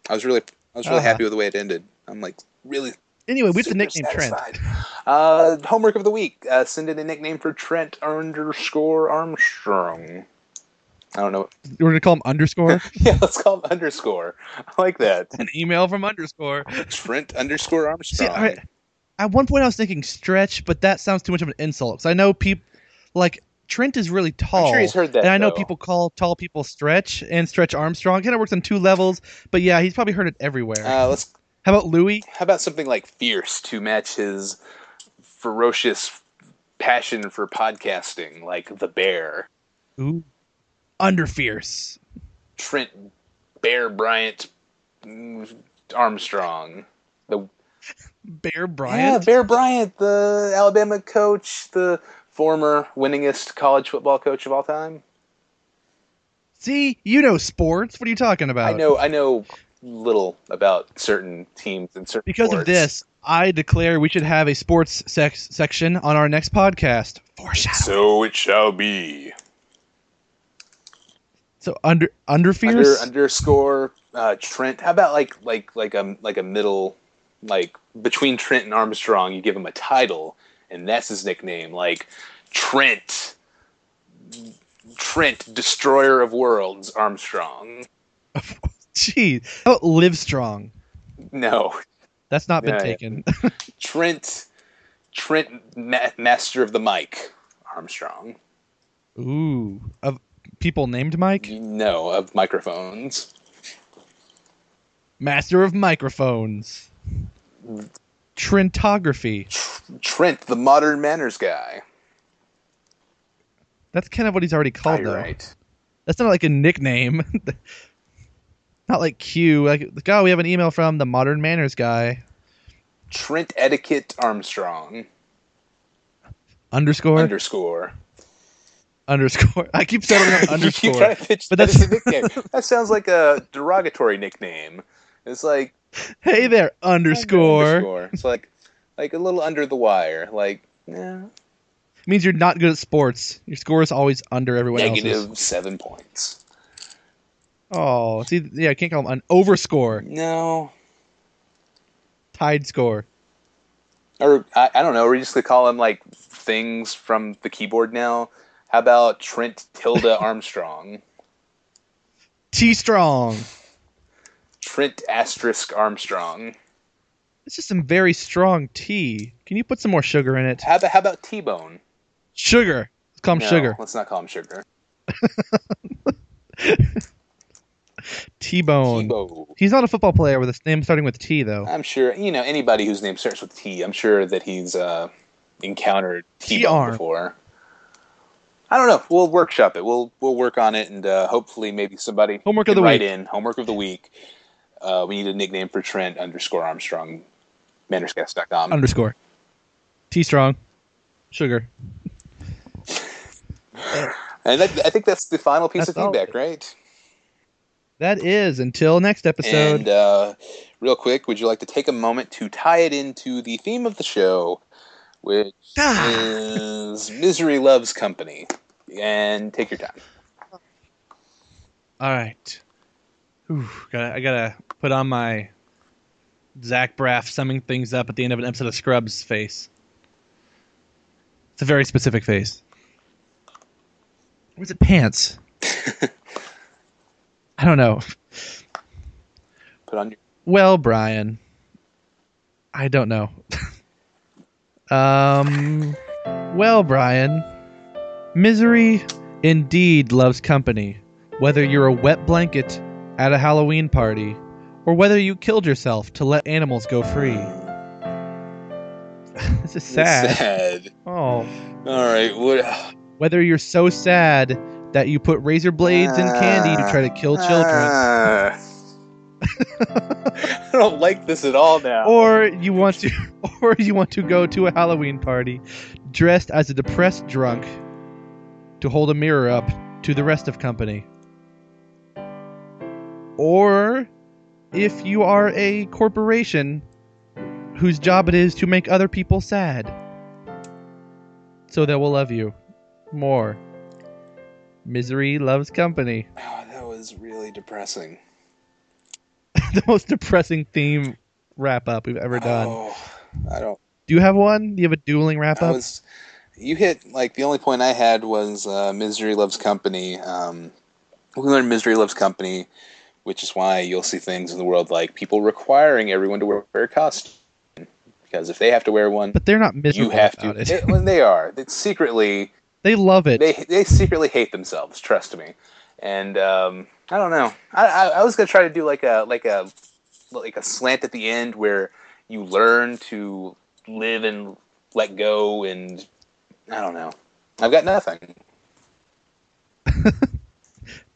Speaker 3: I was really, I was really
Speaker 4: Uh-huh.
Speaker 3: happy with the way it ended. I'm like really
Speaker 4: Anyway, we have the
Speaker 3: Super
Speaker 4: nickname Trent.
Speaker 3: satisfied. Uh, homework of the week. Uh, send in a nickname for Trent underscore Armstrong. I don't know.
Speaker 4: We're gonna call him underscore.
Speaker 3: Yeah, let's call him underscore. I like that.
Speaker 4: An email from underscore.
Speaker 3: Trent underscore
Speaker 4: See,
Speaker 3: Armstrong.
Speaker 4: I, at one point I was thinking stretch, but that sounds too much of an insult. Because I know people like Trent is really tall.
Speaker 3: I'm sure he's heard that.
Speaker 4: and I know
Speaker 3: though.
Speaker 4: people call tall people Stretch and Stretch Armstrong. Kind of works on two levels, but yeah, he's probably heard it everywhere.
Speaker 3: Uh, let's.
Speaker 4: How about Louis?
Speaker 3: How about something like fierce to match his ferocious passion for podcasting, like the bear.
Speaker 4: Ooh, under fierce.
Speaker 3: Trent Bear Bryant mm, Armstrong. The
Speaker 4: Bear
Speaker 3: Yeah,
Speaker 4: Bryant.
Speaker 3: Bear Bryant, the Alabama coach, the former winningest college football coach of all time.
Speaker 4: See, you know sports. What are you talking about?
Speaker 3: I know, I know little about certain teams and certain
Speaker 4: Because of
Speaker 3: sports.
Speaker 4: this, I declare we should have a sports sex section on our next podcast. Foreshadow. So,
Speaker 1: So it shall be.
Speaker 4: under under
Speaker 3: Under,
Speaker 4: fierce.
Speaker 3: underscore uh, Trent. How about like like like a like a middle like between Trent and Armstrong? You give him a title, and that's his nickname, like Trent. Trent, destroyer of worlds, Armstrong.
Speaker 4: Jeez. How about live strong?
Speaker 3: No,
Speaker 4: That's not been
Speaker 3: Yeah, yeah.
Speaker 4: taken.
Speaker 3: Trent, Trent, ma- master of the mic, Armstrong.
Speaker 4: Ooh, of people named Mike,
Speaker 3: You know of microphones.
Speaker 4: master of microphones, Trentography.
Speaker 3: Trent, the modern manners guy.
Speaker 4: That's kind of what he's already
Speaker 3: Oh,
Speaker 4: called, though.
Speaker 3: right.
Speaker 4: That's not like a nickname. not like Q. Like, like, oh, we have an email from the Modern Manners guy.
Speaker 3: Trent etiquette Armstrong
Speaker 4: Underscore
Speaker 3: underscore.
Speaker 4: underscore. I keep settling on
Speaker 3: You keep trying
Speaker 4: underscore.
Speaker 3: to pitch
Speaker 4: But
Speaker 3: that
Speaker 4: that's-
Speaker 3: as a nickname. that sounds like a derogatory nickname. It's like
Speaker 4: Hey there, underscore.
Speaker 3: It's like like a little under the wire. Like nah,
Speaker 4: Means you're not good at sports. Your score is always under everyone else's.
Speaker 3: negative seven points.
Speaker 4: Oh, see, yeah, I can't call him an overscore,
Speaker 3: No,
Speaker 4: tied score.
Speaker 3: or I, I don't know. We're just gonna call him like things from the keyboard now. How about Trent Tilda Armstrong,
Speaker 4: T strong.
Speaker 3: Trent asterisk Armstrong?
Speaker 4: It's just some very strong tea. Can you put some more sugar in it?
Speaker 3: How about how about T Bone?
Speaker 4: Sugar. Let's call him
Speaker 3: No,
Speaker 4: sugar.
Speaker 3: Let's not call him sugar.
Speaker 4: T bone.
Speaker 3: T-Bone.
Speaker 4: He's not a football player with a name starting with T though.
Speaker 3: I'm sure you know anybody whose name starts with T. I'm sure that he's uh, encountered T
Speaker 4: TR.
Speaker 3: before. I don't know. We'll workshop it. We'll we'll work on it, and uh, hopefully, maybe somebody
Speaker 4: Homework of
Speaker 3: can
Speaker 4: the
Speaker 3: write
Speaker 4: week.
Speaker 3: in homework of the week. Uh, we need a nickname for Trent underscore Armstrong, mannerscast.com.
Speaker 4: Underscore. T strong. Sugar.
Speaker 3: And that, I think that's the final piece
Speaker 4: That's
Speaker 3: of
Speaker 4: all.
Speaker 3: feedback, right?
Speaker 4: That is until next episode.
Speaker 3: And uh, real quick, would you like to take a moment to tie it into the theme of the show, which
Speaker 4: Ah.
Speaker 3: is misery loves company? And take your time.
Speaker 4: All right. Ooh, gotta, I gotta put on my Zach Braff summing things up at the end of an episode of Scrubs face. It's a very specific face. Where's it pants? I don't know.
Speaker 3: Put on your
Speaker 4: Well, Brian, I don't know. um, well, Brian, misery indeed loves company. Whether you're a wet blanket at a Halloween party, or whether you killed yourself to let animals go free. this is sad.
Speaker 3: sad. All
Speaker 4: Oh,
Speaker 3: right. What,
Speaker 4: whether you're so sad that you put razor blades in candy to try to kill children.
Speaker 3: Ah. I don't like this at all now.
Speaker 4: or you want to or you want to go to a Halloween party dressed as a depressed drunk to hold a mirror up to the rest of company. Or if you are a corporation whose job it is to make other people sad so they will love you more. Misery loves company.
Speaker 3: Oh, that was really depressing.
Speaker 4: the most depressing theme wrap up we've ever done.
Speaker 3: Oh, I don't.
Speaker 4: Do you have one? Do you have a dueling wrap
Speaker 3: I
Speaker 4: up?
Speaker 3: was. You hit like the only point I had was uh, misery loves company. Um, we learned misery loves company, which is why you'll see things in the world like people requiring everyone to wear, wear a costume because if they have to wear one,
Speaker 4: But they're not miserable
Speaker 3: you have to.
Speaker 4: about
Speaker 3: They,
Speaker 4: it.
Speaker 3: when they are, they secretly
Speaker 4: They love it.
Speaker 3: they they secretly hate themselves. Trust me. And um, I don't know. I, I, I was gonna try to do like a like a like a slant at the end where you learn to live and let go, and I don't know. I've got nothing.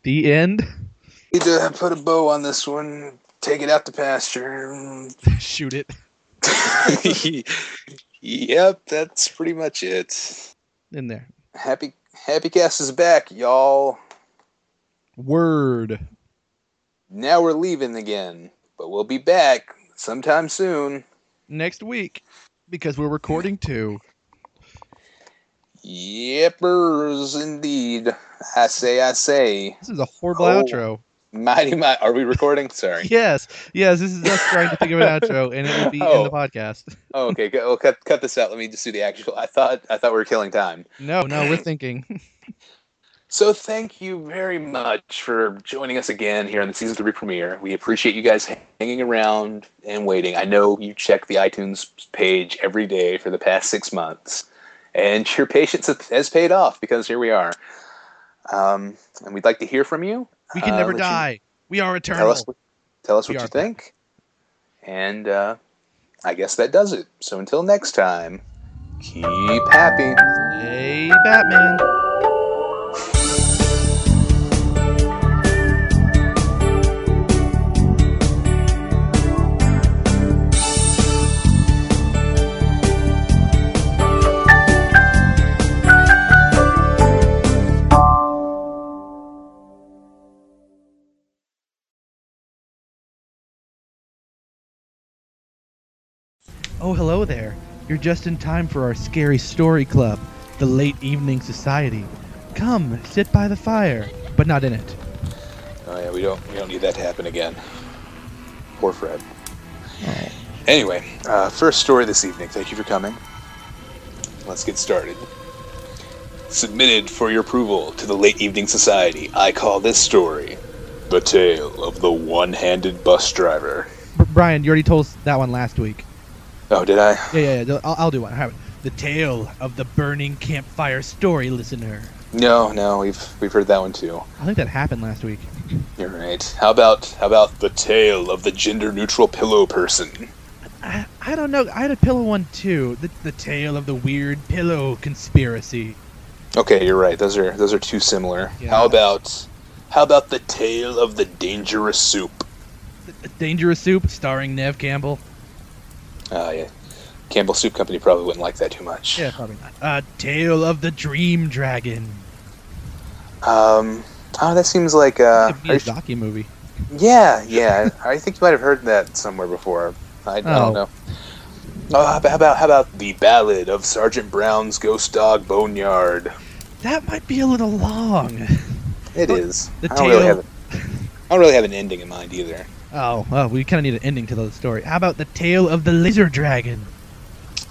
Speaker 4: the end.
Speaker 3: Need to put a bow on this one. Take it out to pasture.
Speaker 4: Shoot it.
Speaker 3: yep, that's pretty much it.
Speaker 4: In there.
Speaker 3: Happy Happy Cast is back, y'all.
Speaker 4: Word.
Speaker 3: Now we're leaving again, but we'll be back sometime soon.
Speaker 4: Next week. Because we're recording too.
Speaker 3: Yippers, indeed. I say, I say.
Speaker 4: This is a horrible
Speaker 3: Oh.
Speaker 4: outro.
Speaker 3: Mighty, mighty. Are we recording? Sorry.
Speaker 4: Yes. Yes, this is us trying to think of an outro and it will be in
Speaker 3: Oh.
Speaker 4: the podcast.
Speaker 3: Oh, okay. Go, well, cut, cut this out. Let me just do the actual. I thought, I thought we were killing time.
Speaker 4: No, no, we're thinking.
Speaker 3: So, thank you very much for joining us again here on the season three premiere. We appreciate you guys hanging around and waiting. I know you check the iTunes page every day for the past six months, and your patience has paid off because here we are. Um, and we'd like to hear from you.
Speaker 4: We can
Speaker 3: Uh,
Speaker 4: never
Speaker 3: let you-
Speaker 4: die. We are
Speaker 3: tell us
Speaker 4: eternal.
Speaker 3: what, tell us
Speaker 4: We
Speaker 3: what you
Speaker 4: are back.
Speaker 3: think and uh, i guess that does it so until next time keep happy
Speaker 4: Hey, Batman. Oh, hello there. You're just in time for our scary story club, the late evening society. Come, sit by the fire, but not in it.
Speaker 3: oh yeah we don't we don't need that to happen again poor fred anyway uh, first story this evening thank you for coming let's get started submitted for your approval to the late evening society i call this story the tale of the one-handed bus driver
Speaker 4: B- Brian, you already told us that one last week.
Speaker 3: oh did i
Speaker 4: Yeah, yeah, yeah. I'll, I'll do one. All right. The tale of the burning campfire story, listener.
Speaker 3: no no we've we've heard that one too
Speaker 4: I think that happened last week.
Speaker 3: You're right. How about how about the tale of the gender neutral pillow person?
Speaker 4: I, I don't know. I had a pillow one too. The, the tale of the weird pillow conspiracy.
Speaker 3: Okay, you're right. Those are those are too similar.
Speaker 4: Yeah.
Speaker 3: How about how about the tale of the dangerous soup?
Speaker 4: The dangerous Soup, starring Nev Campbell.
Speaker 3: Ah, yeah. Campbell Soup Company probably wouldn't like that too much.
Speaker 4: Yeah, probably not. Uh, tale of the Dream Dragon.
Speaker 3: Um, oh, that seems like uh,
Speaker 4: It's a
Speaker 3: are you-
Speaker 4: Miyazaki movie.
Speaker 3: yeah, yeah. I think you might have heard that somewhere before. I, I
Speaker 4: Oh.
Speaker 3: don't know. Oh, how about how about- how about the ballad of Sergeant Brown's Ghost Dog Boneyard?
Speaker 4: That might be a little long.
Speaker 3: It
Speaker 4: What?
Speaker 3: is.
Speaker 4: The
Speaker 3: I don't really
Speaker 4: tale-
Speaker 3: have. I don't really have an ending in mind either.
Speaker 4: Oh, well, we kind of need an ending to the story. How about the tale of the lizard dragon?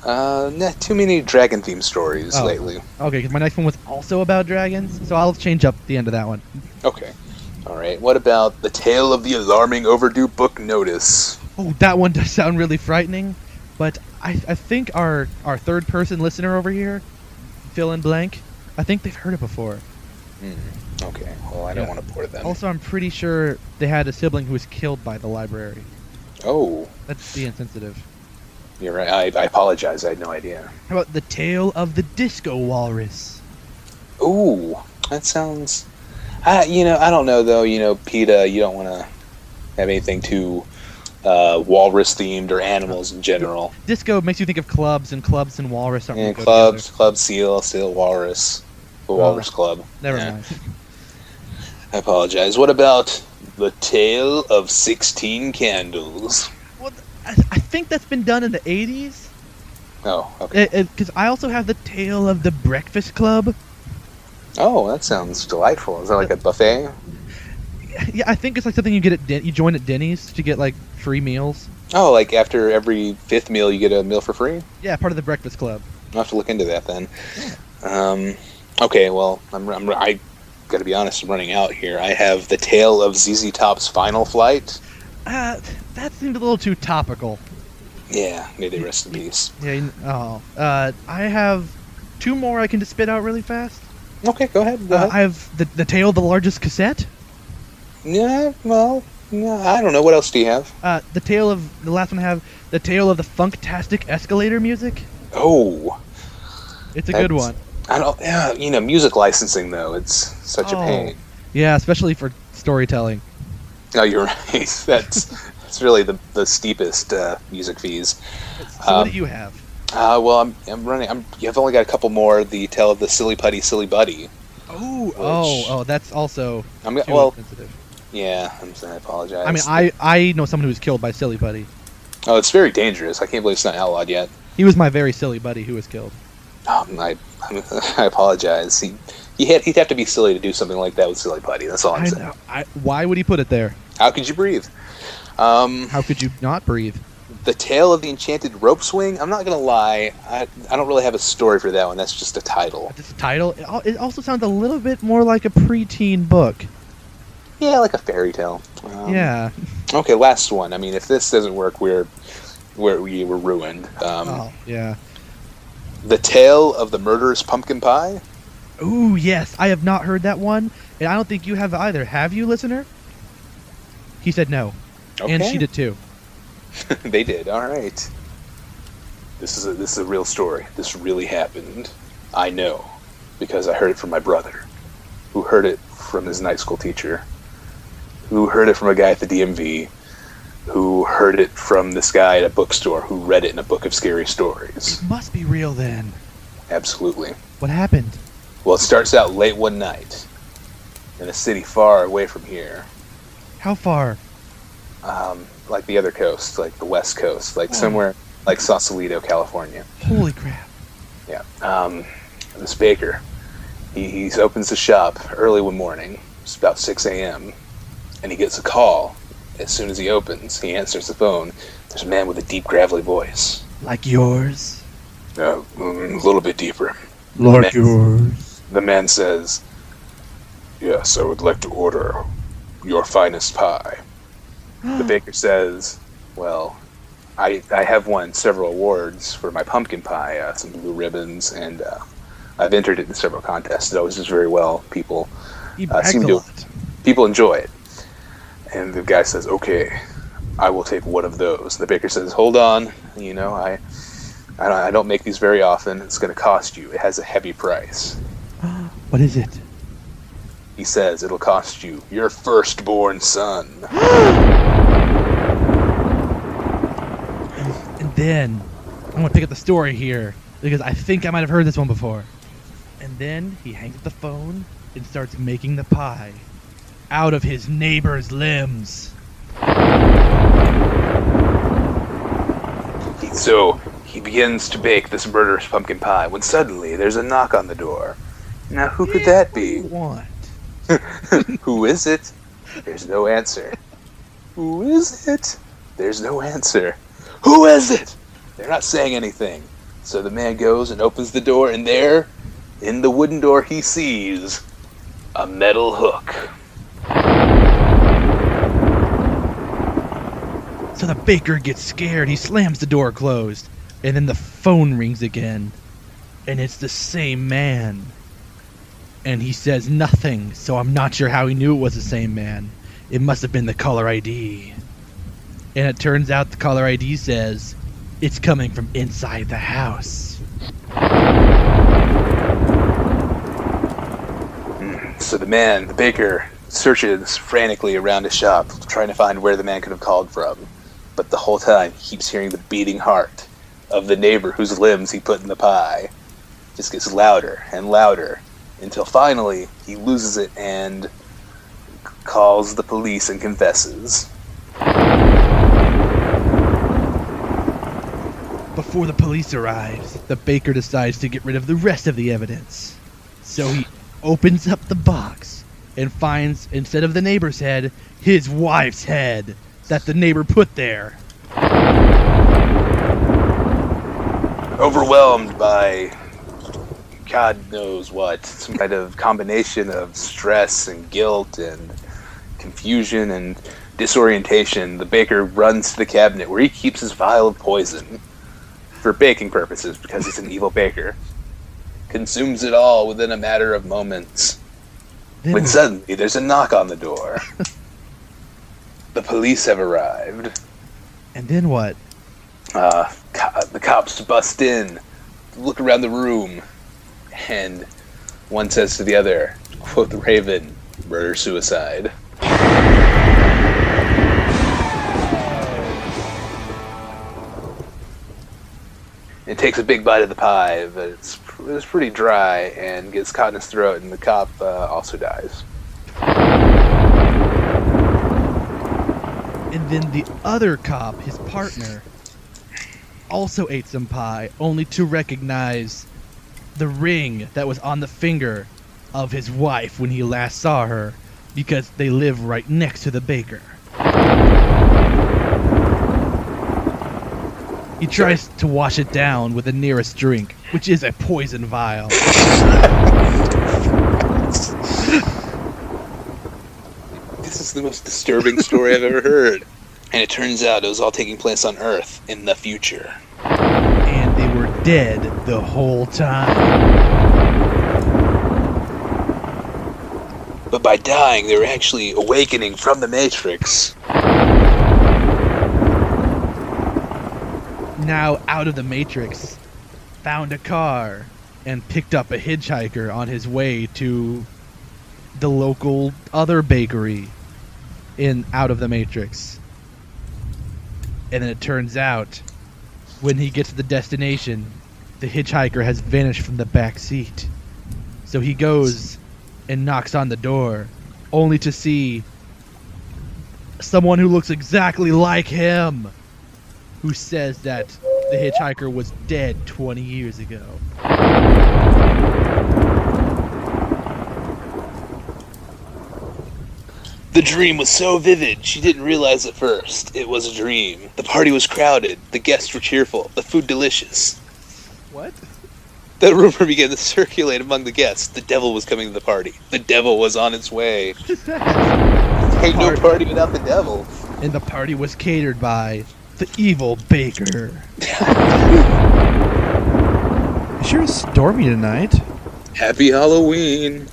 Speaker 3: Uh, nah, too many dragon themed stories
Speaker 4: Oh.
Speaker 3: lately.
Speaker 4: Okay, 'cause my next one was also about dragons, so I'll change up the end of that one.
Speaker 3: Okay. All right. What about the tale of the alarming overdue book notice?
Speaker 4: Oh, that one does sound really frightening, but I, I think our, our third person listener over here, fill in blank, I think they've heard it before.
Speaker 3: Okay. Well, I don't
Speaker 4: Yeah.
Speaker 3: want to pour them.
Speaker 4: Also, I'm pretty sure they had a sibling who was killed by the library.
Speaker 3: Oh,
Speaker 4: That's the insensitive.
Speaker 3: you're right. I, I apologize. I had no idea.
Speaker 4: How about the tale of the disco walrus?
Speaker 3: Ooh, that sounds. I you know I don't know though. You know, Peta, you don't want to have anything too uh, walrus themed or animals in general.
Speaker 4: Disco makes you think of clubs, and clubs and walrus aren't
Speaker 3: And
Speaker 4: really go
Speaker 3: clubs, club seal, seal walrus, the
Speaker 4: Oh.
Speaker 3: walrus club.
Speaker 4: together. Never
Speaker 3: Yeah.
Speaker 4: mind.
Speaker 3: I apologize. What about the tale of sixteen candles?
Speaker 4: Well, th- I, I think that's been done in the 80s.
Speaker 3: Oh, okay.
Speaker 4: Because I also have the tale of the Breakfast Club.
Speaker 3: Oh, that sounds delightful. Is that like a buffet?
Speaker 4: Yeah, I think it's like something you get at Den- you join at Denny's to get like free meals.
Speaker 3: Oh, like after every fifth meal, you get a meal for free?
Speaker 4: Yeah, part of the Breakfast Club.
Speaker 3: I'll have to look into that then. Um, okay, well, I'm, I'm, I gotta be honest, I'm running out here. I have The Tale of ZZ Top's Final Flight.
Speaker 4: Uh, that seemed a little too topical.
Speaker 3: Yeah, may they rest in peace.
Speaker 4: Yeah. you- Oh. Uh, I have two more I can just spit out really fast.
Speaker 3: Okay, go ahead. Go
Speaker 4: Uh,
Speaker 3: ahead.
Speaker 4: I have the the tale of the largest cassette.
Speaker 3: yeah, well, yeah, I don't know. What else do you have?
Speaker 4: Uh, the tale of the last one I have the tale of the funktastic escalator music.
Speaker 3: Oh,
Speaker 4: It's a good
Speaker 3: That's-
Speaker 4: one.
Speaker 3: I don't, yeah, you know, music licensing, though, it's such
Speaker 4: Oh.
Speaker 3: a pain.
Speaker 4: Yeah, especially for storytelling.
Speaker 3: No, you're right. That's, that's really the, the steepest uh, music fees.
Speaker 4: So what
Speaker 3: Um,
Speaker 4: do you have?
Speaker 3: Uh, well, I'm, I'm running. I'm, I've only got a couple more. The tale of the silly putty, silly buddy.
Speaker 4: Oh, oh, oh, that's also
Speaker 3: I'm
Speaker 4: too
Speaker 3: gonna, well,
Speaker 4: insensitive.
Speaker 3: yeah. I'm sorry, I apologize.
Speaker 4: I mean, I I know someone who was killed by Silly Buddy.
Speaker 3: oh, it's very dangerous. I can't believe it's not outlawed yet.
Speaker 4: He was my very silly buddy who was killed.
Speaker 3: Um, I, I apologize. He, he had, he'd have to be silly to do something like that with silly putty. That's all I'm
Speaker 4: I
Speaker 3: saying.
Speaker 4: know. I, why would he put it there?
Speaker 3: How could you breathe? Um,
Speaker 4: How could you not breathe?
Speaker 3: the tale of the enchanted rope swing. I'm not gonna lie. I, I don't really have a story for that one. That's just a title.
Speaker 4: This title. It, al- it also sounds a little bit more like a preteen book.
Speaker 3: Yeah, like a fairy tale. Um,
Speaker 4: yeah.
Speaker 3: Okay, last one. I mean, if this doesn't work, we're we're we were ruined. Um,
Speaker 4: oh, yeah.
Speaker 3: The Tale of the Murderous Pumpkin Pie?
Speaker 4: Ooh, yes. I have not heard that one, and I don't think you have either. Have you, listener? He said no, and she did too.
Speaker 3: they did. All right. This is a, this is a real story. This really happened. I know because I heard it from my brother, who heard it from his night school teacher, who heard it from a guy at the DMV, who heard it from this guy at a bookstore who read it in a book of scary stories.
Speaker 4: Must be real then.
Speaker 3: Absolutely.
Speaker 4: What happened?
Speaker 3: Well, it starts out late one night in a city far away from here.
Speaker 4: How far?
Speaker 3: um, like the other coast, like the West Coast, like somewhere like Sausalito, California.
Speaker 4: Holy crap!
Speaker 3: Yeah. Um, this baker, he, he opens the shop early one morning. It's about 6 a.m. And he gets a call. As soon as he opens, he answers the phone. There's a man with a deep, gravelly voice.
Speaker 4: Like yours,
Speaker 3: Uh, mm, a little bit deeper.
Speaker 4: like
Speaker 3: Mix.
Speaker 4: yours.
Speaker 3: The man says, Yes, I would like to order your finest pie. The baker says, Well, I, I have won several awards for my pumpkin pie, uh, some blue ribbons, and uh, I've entered it in several contests. It always does very well. People
Speaker 4: He
Speaker 3: Uh,
Speaker 4: brags
Speaker 3: seem
Speaker 4: a
Speaker 3: to-
Speaker 4: lot.
Speaker 3: people enjoy it. And the guy says, "Okay, I will take one of those." The baker says, "Hold on, you know, I, I don't, I don't make these very often. It's going to cost you. It has a heavy price."
Speaker 4: What is it?
Speaker 3: He says, "It'll cost you your firstborn son."
Speaker 4: And then I'm gonna pick up the story here because I think I might have heard this one before. And then he hangs up the phone and starts making the pie out of his neighbor's limbs.
Speaker 3: So he begins to bake this murderous pumpkin pie when suddenly there's a knock on the door. Now, who could that be?
Speaker 4: What?
Speaker 3: who is it? There's no answer. Who is it? There's no answer. Who is it? They're not saying anything. So the man goes and opens the door, and there, in the wooden door, he sees a metal hook.
Speaker 4: So the baker gets scared. He slams the door closed. And then the phone rings again. And it's the same man. And he says nothing, so I'm not sure how he knew it was the same man. It must have been the caller ID. And it turns out the caller ID says it's coming from inside the house.
Speaker 3: So the man, the baker, searches frantically around his shop, trying to find where the man could have called from. But the whole time, he keeps hearing the beating heart of the neighbor whose limbs he put in the pie. Just gets louder and louder until finally he loses it and calls the police and confesses.
Speaker 4: Before the police arrives, the baker decides to get rid of the rest of the evidence. So he opens up the box and finds, instead of the neighbor's head, his wife's head that the neighbor put there.
Speaker 3: Overwhelmed by God knows what, some kind of combination of stress and guilt and confusion and disorientation, the baker runs to the cabinet where he keeps his vial of poison for baking purposes because he's an evil baker. Consumes it all within a matter of moments
Speaker 4: Then
Speaker 3: when suddenly there's a knock on the door. the police have arrived.
Speaker 4: And then what?
Speaker 3: Uh, co- the cops bust in, look around the room, and one says to the other, quote the Raven, murder suicide. It takes a big bite of the pie, but it's, it's pretty dry and gets caught in his throat, and the cop uh, also dies.
Speaker 4: And then the other cop, his partner, also ate some pie, only to recognize the ring that was on the finger of his wife when he last saw her, because they live right next to the baker. He tries to wash it down with the nearest drink, which is a poison vial.
Speaker 3: This is the most disturbing story I've ever heard. And it turns out it was all taking place on Earth in the future.
Speaker 4: and they were dead the whole time.
Speaker 3: But by dying, they were actually awakening from the Matrix.
Speaker 4: Now out of the Matrix, found a car and picked up a hitchhiker on his way to the local other bakery in Out of the Matrix. And then it turns out when he gets to the destination, the hitchhiker has vanished from the back seat. So he goes and knocks on the door, only to see someone who looks exactly like him, who says that the hitchhiker was dead 20 years ago.
Speaker 3: The dream was so vivid, she didn't realize at first it was a dream. The party was crowded, the guests were cheerful, the food delicious.
Speaker 4: What?
Speaker 3: The rumor began to circulate among the guests. The devil was coming to the party. The devil was on its way. Ain't no
Speaker 4: Party.
Speaker 3: party without the devil.
Speaker 4: and the party was catered by the evil baker.
Speaker 1: It sure is stormy tonight.
Speaker 3: Happy Halloween.